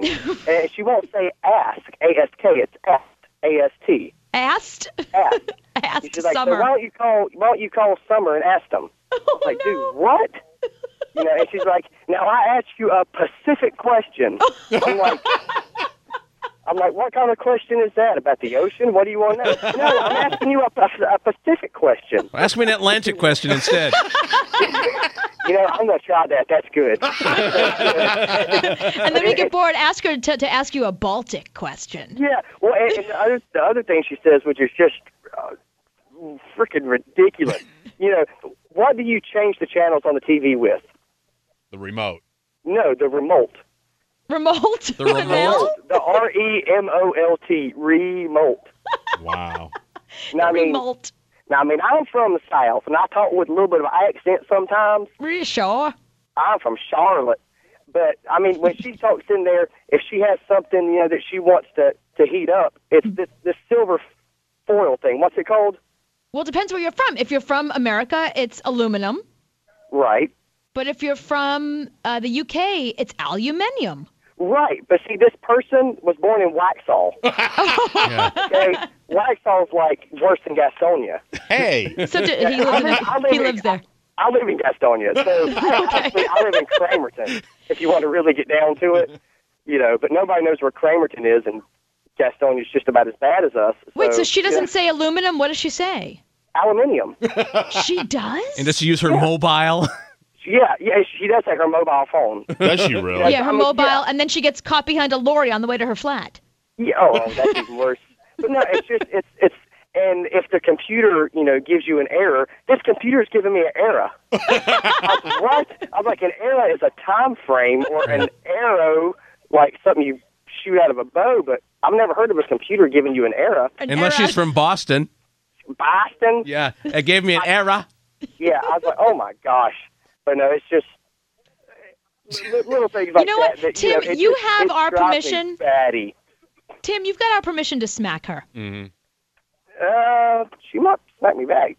Speaker 19: and she won't say ask, A S K. It's asked, A S T.
Speaker 3: Asked?
Speaker 19: Asked.
Speaker 3: asked
Speaker 19: She's like,
Speaker 3: Summer.
Speaker 19: So why don't you call why don't you call Summer and ask them? I was like, dude, what? You know, and she's like, now I asked you a Pacific question. I'm like, I'm like, what kind of question is that about the ocean? What do you want to know? No, I'm asking you a, a Pacific question.
Speaker 11: Ask me an Atlantic question instead.
Speaker 19: You know, I'm gonna try that. That's good.
Speaker 3: and then we get bored, ask her to, to ask you a Baltic question.
Speaker 19: Yeah. Well, and, and the, other, the other thing she says, which is just uh, freaking ridiculous. You know, what do you change the channels on the TV with?
Speaker 1: The remote.
Speaker 19: No, the remote.
Speaker 3: Remote?
Speaker 11: The remote?
Speaker 19: The R E M O L T. Remote.
Speaker 1: Wow.
Speaker 19: Now, I mean,
Speaker 3: remote.
Speaker 19: Now, I mean, I'm from the South, and I talk with a little bit of accent sometimes.
Speaker 3: Really sure?
Speaker 19: I'm from Charlotte, but I mean, when she talks in there, if she has something you know that she wants to to heat up, it's this this silver foil thing. What's it called?
Speaker 3: Well, it depends where you're from. If you're from America, it's aluminum.
Speaker 19: Right.
Speaker 3: But if you're from uh, the UK, it's aluminium.
Speaker 19: Right, but see, this person was born in Waxhaw. Okay, Waxhaw's like worse than Gastonia.
Speaker 1: Hey,
Speaker 3: So d- he lives in- he lives there.
Speaker 19: I live in Gastonia, so actually, I live in Cramerton. If you want to really get down to it, you know, but nobody knows where Cramerton is, and Gastonia's just about as bad as us.
Speaker 3: Wait, so she
Speaker 19: Oh, yeah.
Speaker 3: doesn't say aluminum? What does she say?
Speaker 19: aluminium.
Speaker 3: She does?
Speaker 11: and does she use her mobile?
Speaker 19: Yeah, yeah, she does have her mobile phone.
Speaker 1: Does she really?
Speaker 3: yeah, her mobile, and then she gets caught behind a lorry on the way to her flat.
Speaker 19: Yeah, oh, well, that's even worse. But no, it's just it's it's and if the computer you know gives you an error, this computer's giving me an error. I was, what? I'm like an error is a time frame or an arrow like something you shoot out of a bow, but I've never heard of a computer giving you an error.
Speaker 11: Unless she's from Boston.
Speaker 19: Boston.
Speaker 11: Yeah, it gave me an error.
Speaker 19: Yeah, I was like, oh my gosh. But no, it's just li- little things like
Speaker 3: You know what,
Speaker 19: that. that,
Speaker 3: Tim,
Speaker 19: know, it
Speaker 3: you
Speaker 19: just-
Speaker 3: have
Speaker 19: it
Speaker 3: our
Speaker 19: drives me
Speaker 3: permission.
Speaker 19: Batty.
Speaker 3: Tim, you've got our permission to smack her.
Speaker 11: Mm-hmm.
Speaker 19: Uh, she might smack me back.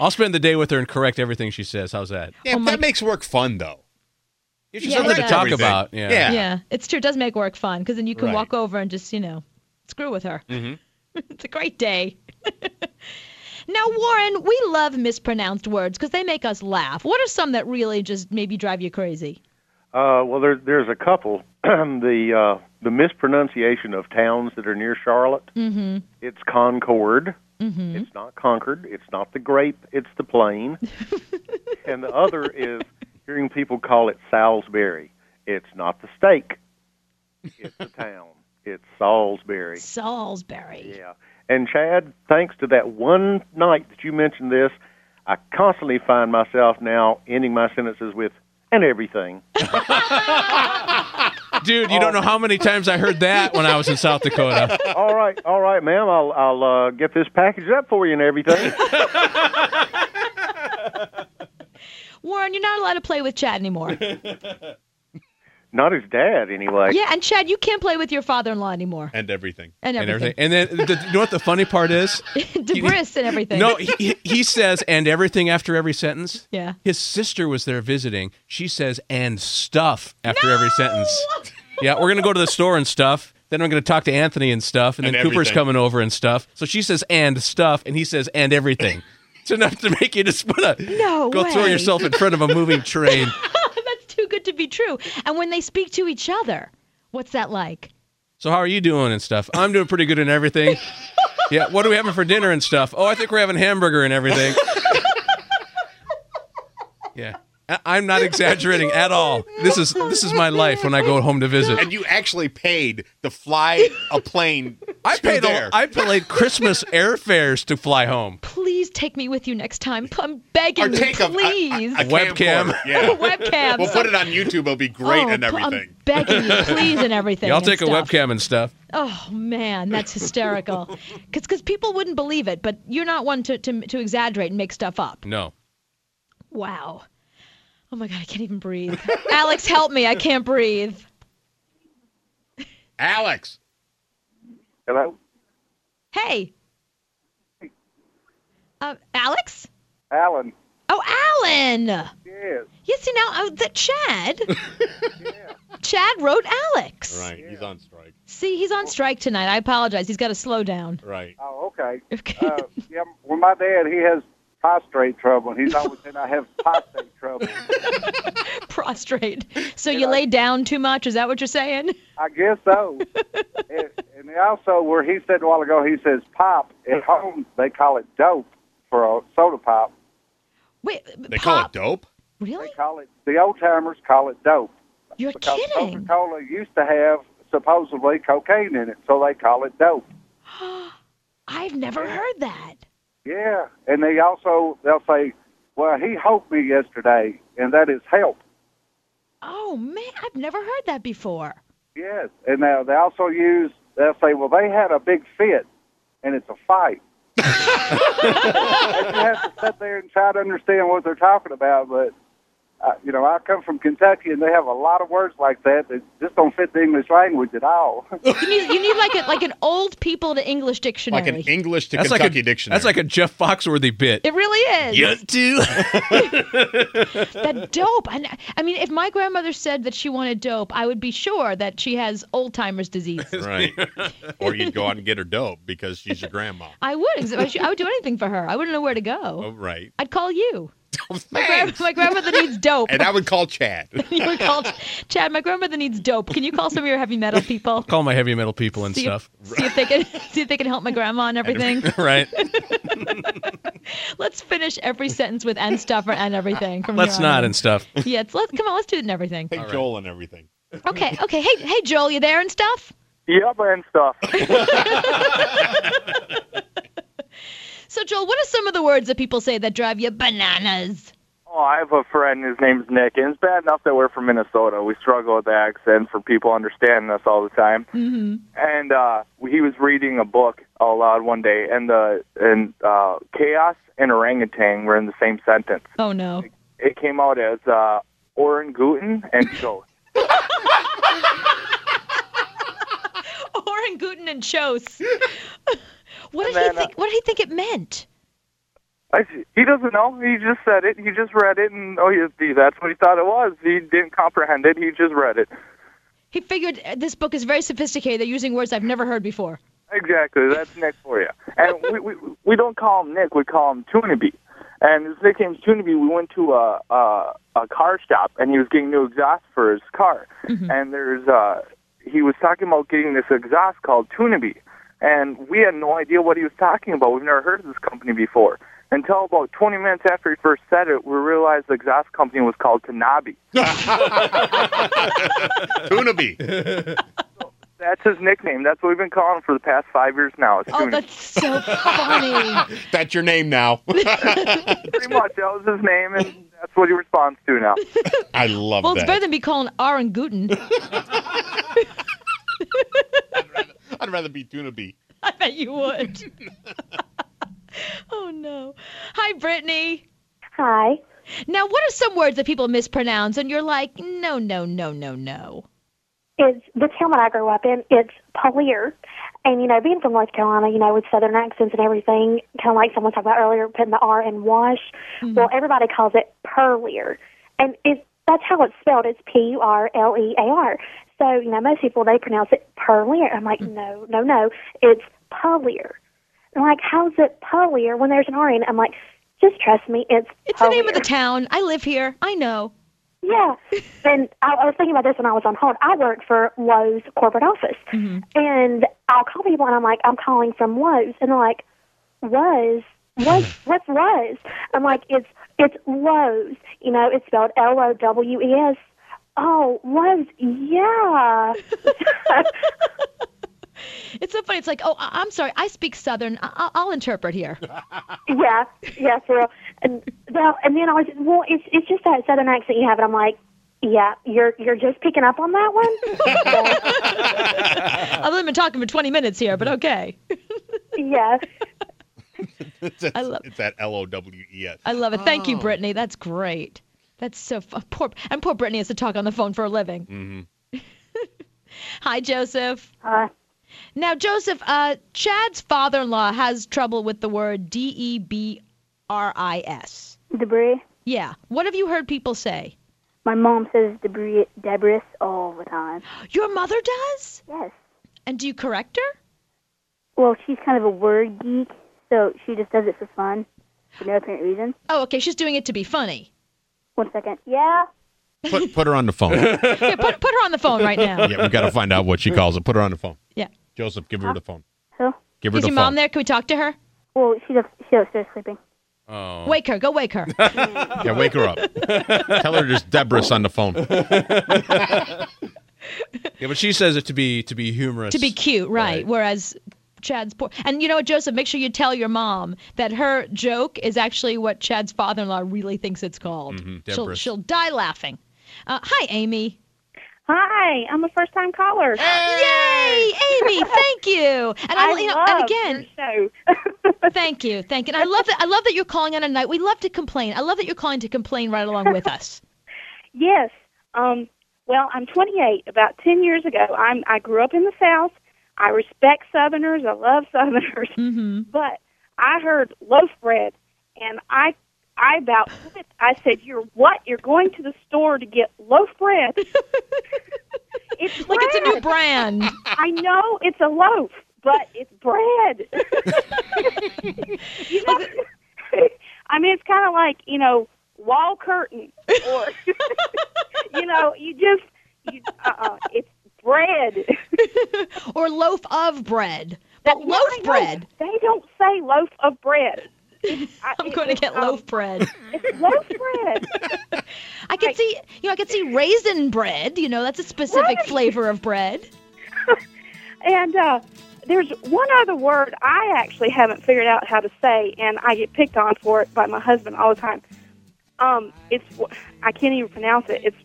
Speaker 11: I'll spend the day with her and correct everything she says. How's that?
Speaker 1: Yeah, that makes work fun though. It's just
Speaker 3: Oh Yeah,
Speaker 1: something
Speaker 3: it
Speaker 1: to
Speaker 3: does.
Speaker 1: talk
Speaker 11: Everything.
Speaker 1: about.
Speaker 11: Yeah.
Speaker 1: Yeah.
Speaker 3: it's true. It does make work fun because then you can
Speaker 1: Right.
Speaker 3: walk over and just, you know, screw with her.
Speaker 1: Mm-hmm.
Speaker 3: it's a great day. now, Warren, we love mispronounced words because they make us laugh. What are some that really just maybe drive you crazy?
Speaker 20: Uh, well, there, there's a couple. the uh, the mispronunciation of towns that are near Charlotte.
Speaker 3: Mm-hmm.
Speaker 20: It's Concord.
Speaker 3: Mm-hmm.
Speaker 20: It's not Concord. It's not the grape. It's the plain. and the other is hearing people call it Salisbury. It's not the steak. It's the town. It's Salisbury.
Speaker 3: Salisbury.
Speaker 20: Yeah. And Chad, thanks to that one night that you mentioned this, I constantly find myself now ending my sentences with and everything.
Speaker 11: Dude, you don't know how
Speaker 1: Oh.
Speaker 11: many times I heard that when I was in South Dakota.
Speaker 20: all right, all right, ma'am. I'll I'll uh, get this package up for you and everything.
Speaker 3: Warren, you're not allowed to play with Chad anymore.
Speaker 20: Not his dad, anyway.
Speaker 3: yeah, and Chad, you can't play with your father-in-law anymore.
Speaker 1: And everything.
Speaker 3: And everything.
Speaker 11: And then, the, you know what the funny part is?
Speaker 3: Debris and everything.
Speaker 11: No, he, he- he says and everything after every sentence.
Speaker 3: Yeah.
Speaker 11: His sister was there visiting. She says and stuff after every sentence. Yeah, we're going to go to the store and stuff. Then I'm going to talk to Anthony and stuff. And,
Speaker 1: And
Speaker 11: then Cooper's
Speaker 1: everything.
Speaker 11: coming over and stuff. So she says and stuff, and he says and everything. it's enough to make you just want to
Speaker 3: No
Speaker 11: go throw
Speaker 3: way.
Speaker 11: yourself in front of a moving train.
Speaker 3: That's too good to be true. And when they speak to each other, what's that like?
Speaker 11: So how are you doing and stuff? I'm doing pretty good and everything. Yeah, what are we having for dinner and stuff? Oh, I think we're having hamburger and everything. Yeah. I- I'm not exaggerating at all. This is this is my life when I go home to visit.
Speaker 1: And you actually paid to fly a plane.
Speaker 11: I
Speaker 1: to
Speaker 11: paid
Speaker 1: there.
Speaker 11: a, I paid Christmas airfares to fly home.
Speaker 3: Please take me with you next time. I'm begging
Speaker 1: Or
Speaker 3: you,
Speaker 1: take a- a-
Speaker 3: please.
Speaker 11: a Webcam.
Speaker 1: camcorder. Yeah.
Speaker 3: Webcam.
Speaker 1: We'll put it on YouTube. It'll be great
Speaker 3: Oh,
Speaker 1: and
Speaker 3: p- I'm
Speaker 1: everything.
Speaker 3: begging you, please, and everything.
Speaker 11: Yeah, I'll
Speaker 3: and
Speaker 11: take a
Speaker 3: stuff.
Speaker 11: webcam and stuff.
Speaker 3: Oh man, that's hysterical. Because people wouldn't believe it, but you're not one to, to to exaggerate and make stuff up.
Speaker 11: No.
Speaker 3: Wow. Oh my god, I can't even breathe. Alex, help me! I can't breathe.
Speaker 1: Alex.
Speaker 19: Hello.
Speaker 3: Hey. Uh, Alex?
Speaker 15: Alan.
Speaker 3: Oh, Alan.
Speaker 15: Yes.
Speaker 3: Yes, see now, oh, that Chad. Chad wrote Alex.
Speaker 1: Right. He's on strike.
Speaker 3: See, he's on strike tonight. I apologize. He's got to slow down.
Speaker 1: Right.
Speaker 15: Oh, okay. uh, yeah, well, my dad, he has prostate trouble, and he's always saying I have prostate trouble.
Speaker 3: Prostrate. So you lay down too much? Is that what you're saying?
Speaker 15: I guess so. and, and they also, where he said a while ago, he says pop. At home, they call it dope for a soda pop.
Speaker 3: Wait,
Speaker 1: They call it dope?
Speaker 3: Really?
Speaker 15: They call it, the old timers call it dope.
Speaker 3: You're
Speaker 15: because
Speaker 3: kidding.
Speaker 15: Coca-Cola used to have supposedly cocaine in it, so they call it dope.
Speaker 3: I've never heard that.
Speaker 15: Yeah, and they also they'll say, "Well, he helped me yesterday," and that is help.
Speaker 3: Oh man, I've never heard that before.
Speaker 15: Yes, and they they also use they'll say, "Well, they had a big fit, and it's a fight." And you have to sit there and try to understand what they're talking about, but. Uh, you know, I come from Kentucky, and they have a lot of words like that that just don't fit the English language at all.
Speaker 3: You need you need like a, like an old people to English dictionary.
Speaker 1: English to
Speaker 11: like
Speaker 1: Kentucky
Speaker 11: a,
Speaker 1: dictionary.
Speaker 11: That's like a Jeff Foxworthy bit.
Speaker 3: It really is.
Speaker 11: too.
Speaker 3: That dope. I, kn- I mean, if my grandmother said that she wanted dope, I would be sure that she has old timers disease.
Speaker 1: Right. or you'd go out and get her dope because she's your grandma.
Speaker 3: I would. ex- I should- I would do anything for her. I wouldn't know where to go.
Speaker 1: Oh, right.
Speaker 3: I'd call you. my, grand, my grandmother needs dope.
Speaker 1: And I would call Chad.
Speaker 3: you would call Ch- Chad. My grandmother needs dope. Can you call some of your heavy metal people?
Speaker 11: Call my heavy metal people and
Speaker 3: See if-
Speaker 11: stuff.
Speaker 3: See if they can see if they can help my grandma and everything.
Speaker 11: right.
Speaker 3: Let's finish every sentence with and stuff or and everything. From
Speaker 11: Let's
Speaker 3: here on
Speaker 11: not
Speaker 3: in.
Speaker 11: and stuff.
Speaker 3: Yeah, it's, let, come on, let's do it in everything.
Speaker 1: Hey, Joel and everything.
Speaker 3: Okay, okay. Hey, hey, Joel, you there and stuff?
Speaker 21: Yep, and stuff.
Speaker 3: So, Joel, what are some of the words that people say that drive you bananas?
Speaker 16: Oh, I have a friend. His name's Nick, and it's bad enough that we're from Minnesota. We struggle with the accent for people understanding us all the time.
Speaker 3: Mm-hmm.
Speaker 16: And uh, he was reading a book out loud one day, and the and uh, chaos and orangutan were in the same sentence.
Speaker 3: Oh no.
Speaker 16: It came out as uh, orangutan and ghost.
Speaker 3: Oranguten and Chose. what did
Speaker 16: And
Speaker 3: he
Speaker 16: then, uh,
Speaker 3: think? what did he think it meant?
Speaker 16: I, he doesn't know. He just said it. He just read it, and oh, he, that's what he thought it was. He didn't comprehend it. He just read it.
Speaker 3: He figured uh, this book is very sophisticated. They're using words I've never heard before.
Speaker 16: Exactly. That's Nick for you. And we, we we don't call him Nick. We call him Tunabee. And his nickname's Tunabee. We went to a, a a car shop, and he was getting new exhaust for his car.
Speaker 3: Mm-hmm.
Speaker 16: And there's uh, he was talking about getting this exhaust called Tunabee, and we had no idea what he was talking about. We've never heard of this company before. Until about 20 minutes after he first said it, we realized the exhaust company was called Tanabe.
Speaker 1: Tunabee.
Speaker 16: That's his nickname. That's what we've been calling him for the past five years now. It's
Speaker 3: Oh,
Speaker 16: Tunabee.
Speaker 3: that's so funny.
Speaker 1: That's your name now.
Speaker 16: Pretty much, that was his name, and that's what he responds to now.
Speaker 1: I love
Speaker 3: well, it's
Speaker 1: that.
Speaker 3: better than be calling Oranguten.
Speaker 1: I'd rather be Tunabee.
Speaker 3: I bet you would. oh no. Hi, Brittany.
Speaker 22: Hi.
Speaker 3: Now, what are some words that people mispronounce, and you're like, no, no, no, no, no.
Speaker 7: It's the town that I grew up in. It's Polier. And, you know, being from North Carolina, you know, with southern accents and everything, kind of like someone talked about earlier, putting the R in wash.
Speaker 3: Mm-hmm.
Speaker 7: Well, everybody calls it Perlier. And it, that's how it's spelled. It's P U R L E A R. So, you know, most people, they pronounce it Perlier. I'm like,
Speaker 3: Mm-hmm.
Speaker 7: no, no, no. It's Polier. And like, how's it Polier when there's an R in it? I'm like, just trust me, it's
Speaker 3: It's the name of the town. I live here. I know.
Speaker 7: Yeah. And I, I was thinking about this when I was on hold. I work for Lowe's corporate office.
Speaker 3: Mm-hmm.
Speaker 7: And I'll call people and I'm like, I'm calling from Lowe's. And they're like, Lowe's? What's, what's Lowe's? I'm like, it's it's Lowe's. You know, it's spelled L O W E S. Oh, Lowe's. Yeah.
Speaker 3: It's so funny. It's like, oh, I- I'm sorry. I speak Southern. I- I- I'll interpret here.
Speaker 7: yeah. Yeah, for real. And, well, and then I was, well, it's, it's just that southern accent you have. And I'm like, yeah, you're you're just picking up on that one?
Speaker 3: I've only been talking for 20 minutes here, but okay.
Speaker 7: yeah.
Speaker 1: I love it's that L O W E S.
Speaker 3: I love it. Thank you, Brittany. That's great. That's so fu- poor. And poor Brittany has to talk on the phone for a living.
Speaker 1: Mhm.
Speaker 3: Hi, Joseph.
Speaker 7: Hi.
Speaker 3: Now, Joseph, uh, Chad's father-in-law has trouble with the word D E B R I S.
Speaker 7: Debris.
Speaker 3: Yeah. What have you heard people say?
Speaker 18: My mom says Debris, Debris all the time.
Speaker 3: Your mother does?
Speaker 18: Yes.
Speaker 3: And do you correct her?
Speaker 18: Well, she's kind of a word geek, so she just does it for fun, for no apparent reason.
Speaker 3: Oh, okay. She's doing it to be funny.
Speaker 18: One second. Yeah.
Speaker 1: Put, put her on the phone.
Speaker 3: Yeah, put, put her on the phone right now.
Speaker 1: yeah, we got to find out what she calls it. Put her on the phone.
Speaker 3: Yeah.
Speaker 1: Joseph, give her the phone.
Speaker 18: Who?
Speaker 1: Give her
Speaker 3: Is
Speaker 1: the
Speaker 3: your
Speaker 1: phone.
Speaker 3: mom there? Can we talk to her?
Speaker 18: Well, she's up, she's upstairs sleeping.
Speaker 1: Oh.
Speaker 3: Wake her. Go wake her.
Speaker 1: Yeah, wake her up. Tell her there's Debris on the phone.
Speaker 11: Yeah, but she says it to be to be humorous.
Speaker 3: to be cute, right? Whereas Chad's poor. And you know what, Joseph? Make sure you tell your mom that her joke is actually what Chad's father-in-law really thinks it's called.
Speaker 5: Mhm,
Speaker 3: she'll
Speaker 5: Deborah's.
Speaker 3: she'll die laughing. Uh, hi, Amy.
Speaker 5: Hi, I'm a first-time caller.
Speaker 3: Yay, Amy! Thank you. And I,
Speaker 5: I
Speaker 3: you know, and
Speaker 5: love
Speaker 3: again, thank you, thank you. And I love that. I love that you're calling on a night. We love to complain. I love that you're calling to complain right along with us.
Speaker 5: Yes. Um, well, I'm 28. About 10 years ago, I'm, I grew up in the South. I respect Southerners. I love Southerners. But I heard loaf bread, and I I about quit. I said, "You're what? You're going to the store to get loaf bread? it's like
Speaker 3: it's a new brand.
Speaker 5: I know it's a loaf, but it's bread. you know, I mean, it's kind of like you know wall curtain, or you know, you just you, uh-uh, it's bread.
Speaker 3: or loaf of bread. But loaf bread.
Speaker 5: They don't say loaf of bread.
Speaker 3: I'm going to get loaf bread.
Speaker 5: um, It's loaf bread.
Speaker 3: I could see, you know, I could see raisin bread. You know, that's a specific flavor of bread.
Speaker 5: And uh, there's one other word I actually haven't figured out how to say, and I get picked on for it by my husband all the time. Um, it's I can't even pronounce it. It's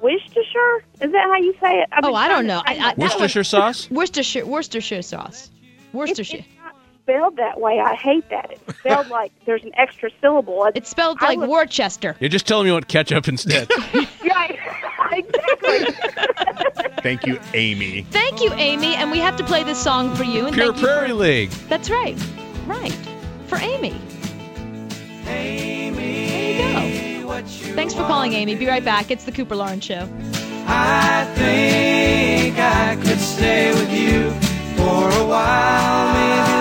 Speaker 5: Worcestershire. Is that how you say it? I've been
Speaker 3: Oh, I
Speaker 5: trying
Speaker 3: don't know.
Speaker 5: to say
Speaker 3: I, I,
Speaker 5: it.
Speaker 11: Worcestershire sauce?
Speaker 3: Worcestershire, Worcestershire sauce. Worcestershire.
Speaker 5: spelled that way. I hate that. It's spelled like there's an extra syllable. It's
Speaker 3: spelled like Worcester.
Speaker 11: You're just telling me what ketchup instead.
Speaker 5: Right. exactly.
Speaker 1: Thank you, Amy.
Speaker 3: Thank you, Amy, and we have to play this song for you. And
Speaker 11: Pure
Speaker 3: thank you for-
Speaker 11: Prairie League.
Speaker 3: That's right. Right. For Amy. There you go. Thanks for calling, Amy. Be right back. It's the Cooper Lawrence Show.
Speaker 23: I think I could stay with you for a while, maybe